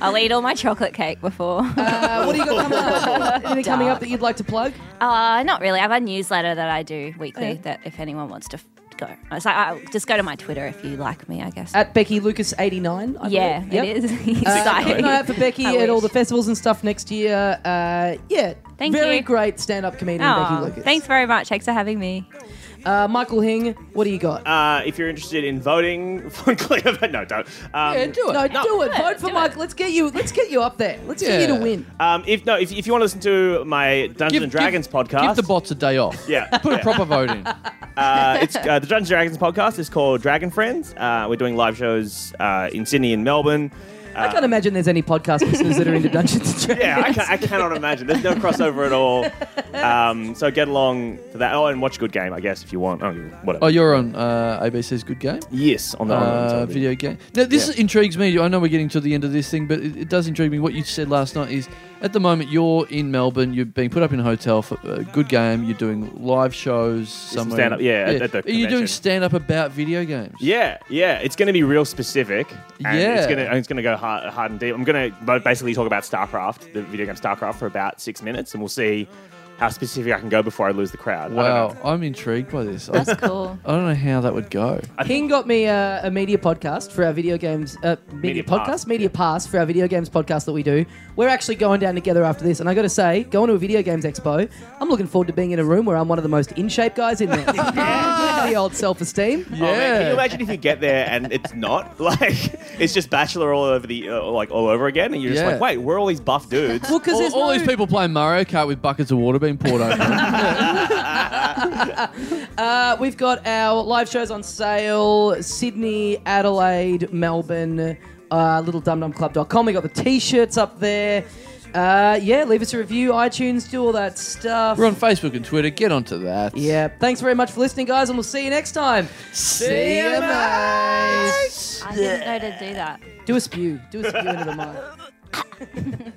[SPEAKER 5] I'll eat all my chocolate cake before.
[SPEAKER 1] Uh, what do you got coming up? Anything coming up that you'd like to plug?
[SPEAKER 5] Uh, not really. I have a newsletter that I do weekly that if anyone wants to f- go. It's like, I'll just go to my Twitter if you like me, I guess.
[SPEAKER 1] At Becky Lucas eighty nine.
[SPEAKER 5] yeah, it is.
[SPEAKER 1] Uh, keep an eye out for Becky
[SPEAKER 5] I
[SPEAKER 1] at all the
[SPEAKER 5] wish.
[SPEAKER 1] festivals and stuff next year. Uh, yeah.
[SPEAKER 5] Thank
[SPEAKER 1] Very
[SPEAKER 5] you.
[SPEAKER 1] great stand up comedian, Becky
[SPEAKER 5] Oh,
[SPEAKER 1] Lucas.
[SPEAKER 5] thanks very much. Thanks for having me.
[SPEAKER 1] Uh, Michael Hing, what do you
[SPEAKER 2] Um,
[SPEAKER 1] got?
[SPEAKER 4] Uh, if you're interested in voting for Cleo, no, don't. Um,
[SPEAKER 2] yeah, do it.
[SPEAKER 1] no, do it.
[SPEAKER 5] it,
[SPEAKER 1] Vote for
[SPEAKER 5] do
[SPEAKER 1] Michael. Let's get you. Let's get you up there. Let's get you
[SPEAKER 2] Yeah. Uh,
[SPEAKER 1] to win.
[SPEAKER 4] um, if no, if, if you want to listen to my Dungeons and Dragons podcast,
[SPEAKER 2] Give the bots a day off.
[SPEAKER 4] yeah,
[SPEAKER 2] Put
[SPEAKER 4] yeah.
[SPEAKER 2] a proper vote in.
[SPEAKER 4] uh, it's uh, the Dungeons and Dragons podcast is called Dragon Friends. Uh, we're doing live shows uh, in Sydney and Melbourne.
[SPEAKER 1] I can't imagine there's any podcast listeners that are into Dungeons and Dragons.
[SPEAKER 4] Yeah, I, ca- I cannot imagine. There's no crossover at all. Um, so get along to that. Oh, and watch Good Game, I guess, if you want. Oh, whatever.
[SPEAKER 2] Oh, you're on uh, ABC's Good Game.
[SPEAKER 4] yes, on the on
[SPEAKER 2] Uh,
[SPEAKER 4] television.
[SPEAKER 2] video game. Now, this
[SPEAKER 4] Yeah.
[SPEAKER 2] intrigues me. I know we're getting to the end of this thing, but it, it does intrigue me. What you said last night is, at the moment, you're in Melbourne. You're being put up in a hotel for a good game. You're doing live shows somewhere.
[SPEAKER 4] stand-up, yeah, at- at the
[SPEAKER 2] Are you doing
[SPEAKER 4] convention.
[SPEAKER 2] stand up about video games?
[SPEAKER 4] Yeah, yeah. It's going to be real specific. And
[SPEAKER 2] Yeah.
[SPEAKER 4] It's going to it's going to go hard, hard and deep. I'm going to basically talk about StarCraft, the video game StarCraft, for about six minutes, and we'll see how specific I can go before I lose the crowd. I don't know.
[SPEAKER 2] Wow, I'm intrigued by this. I,
[SPEAKER 5] That's cool.
[SPEAKER 2] I don't know how that would go.
[SPEAKER 1] King got me a, a media podcast for our video games uh, media,
[SPEAKER 4] Media
[SPEAKER 1] podcast
[SPEAKER 4] pass.
[SPEAKER 1] media pass for our video games podcast that we do. We're actually going down together after this, and I got to say, going to a video games expo, I'm looking forward to being in a room where I'm one of the most in shape guys in there. the old self esteem.
[SPEAKER 4] Oh, man, Can you
[SPEAKER 2] Yeah.
[SPEAKER 4] imagine if you get there and it's not like it's just Bachelor all over the uh, like all over again, and you're just
[SPEAKER 2] Yeah.
[SPEAKER 4] like, wait, we're all these buff dudes.
[SPEAKER 1] Well, because
[SPEAKER 2] all
[SPEAKER 1] there's
[SPEAKER 2] all
[SPEAKER 1] no-
[SPEAKER 2] these people playing Mario Kart with buckets of water being poured over. them.
[SPEAKER 1] Uh, we've got our live shows on sale Sydney, Adelaide, Melbourne, uh, littledumdumclub.com. we got the t shirts up there. Uh, yeah, leave us a review, iTunes, do all that stuff.
[SPEAKER 2] We're on Facebook and Twitter. Get onto that.
[SPEAKER 1] yeah, thanks very much for listening, guys, and we'll see you next time. See you, mate.
[SPEAKER 5] I didn't know to do that.
[SPEAKER 1] Do a spew. Do a spew into the mic.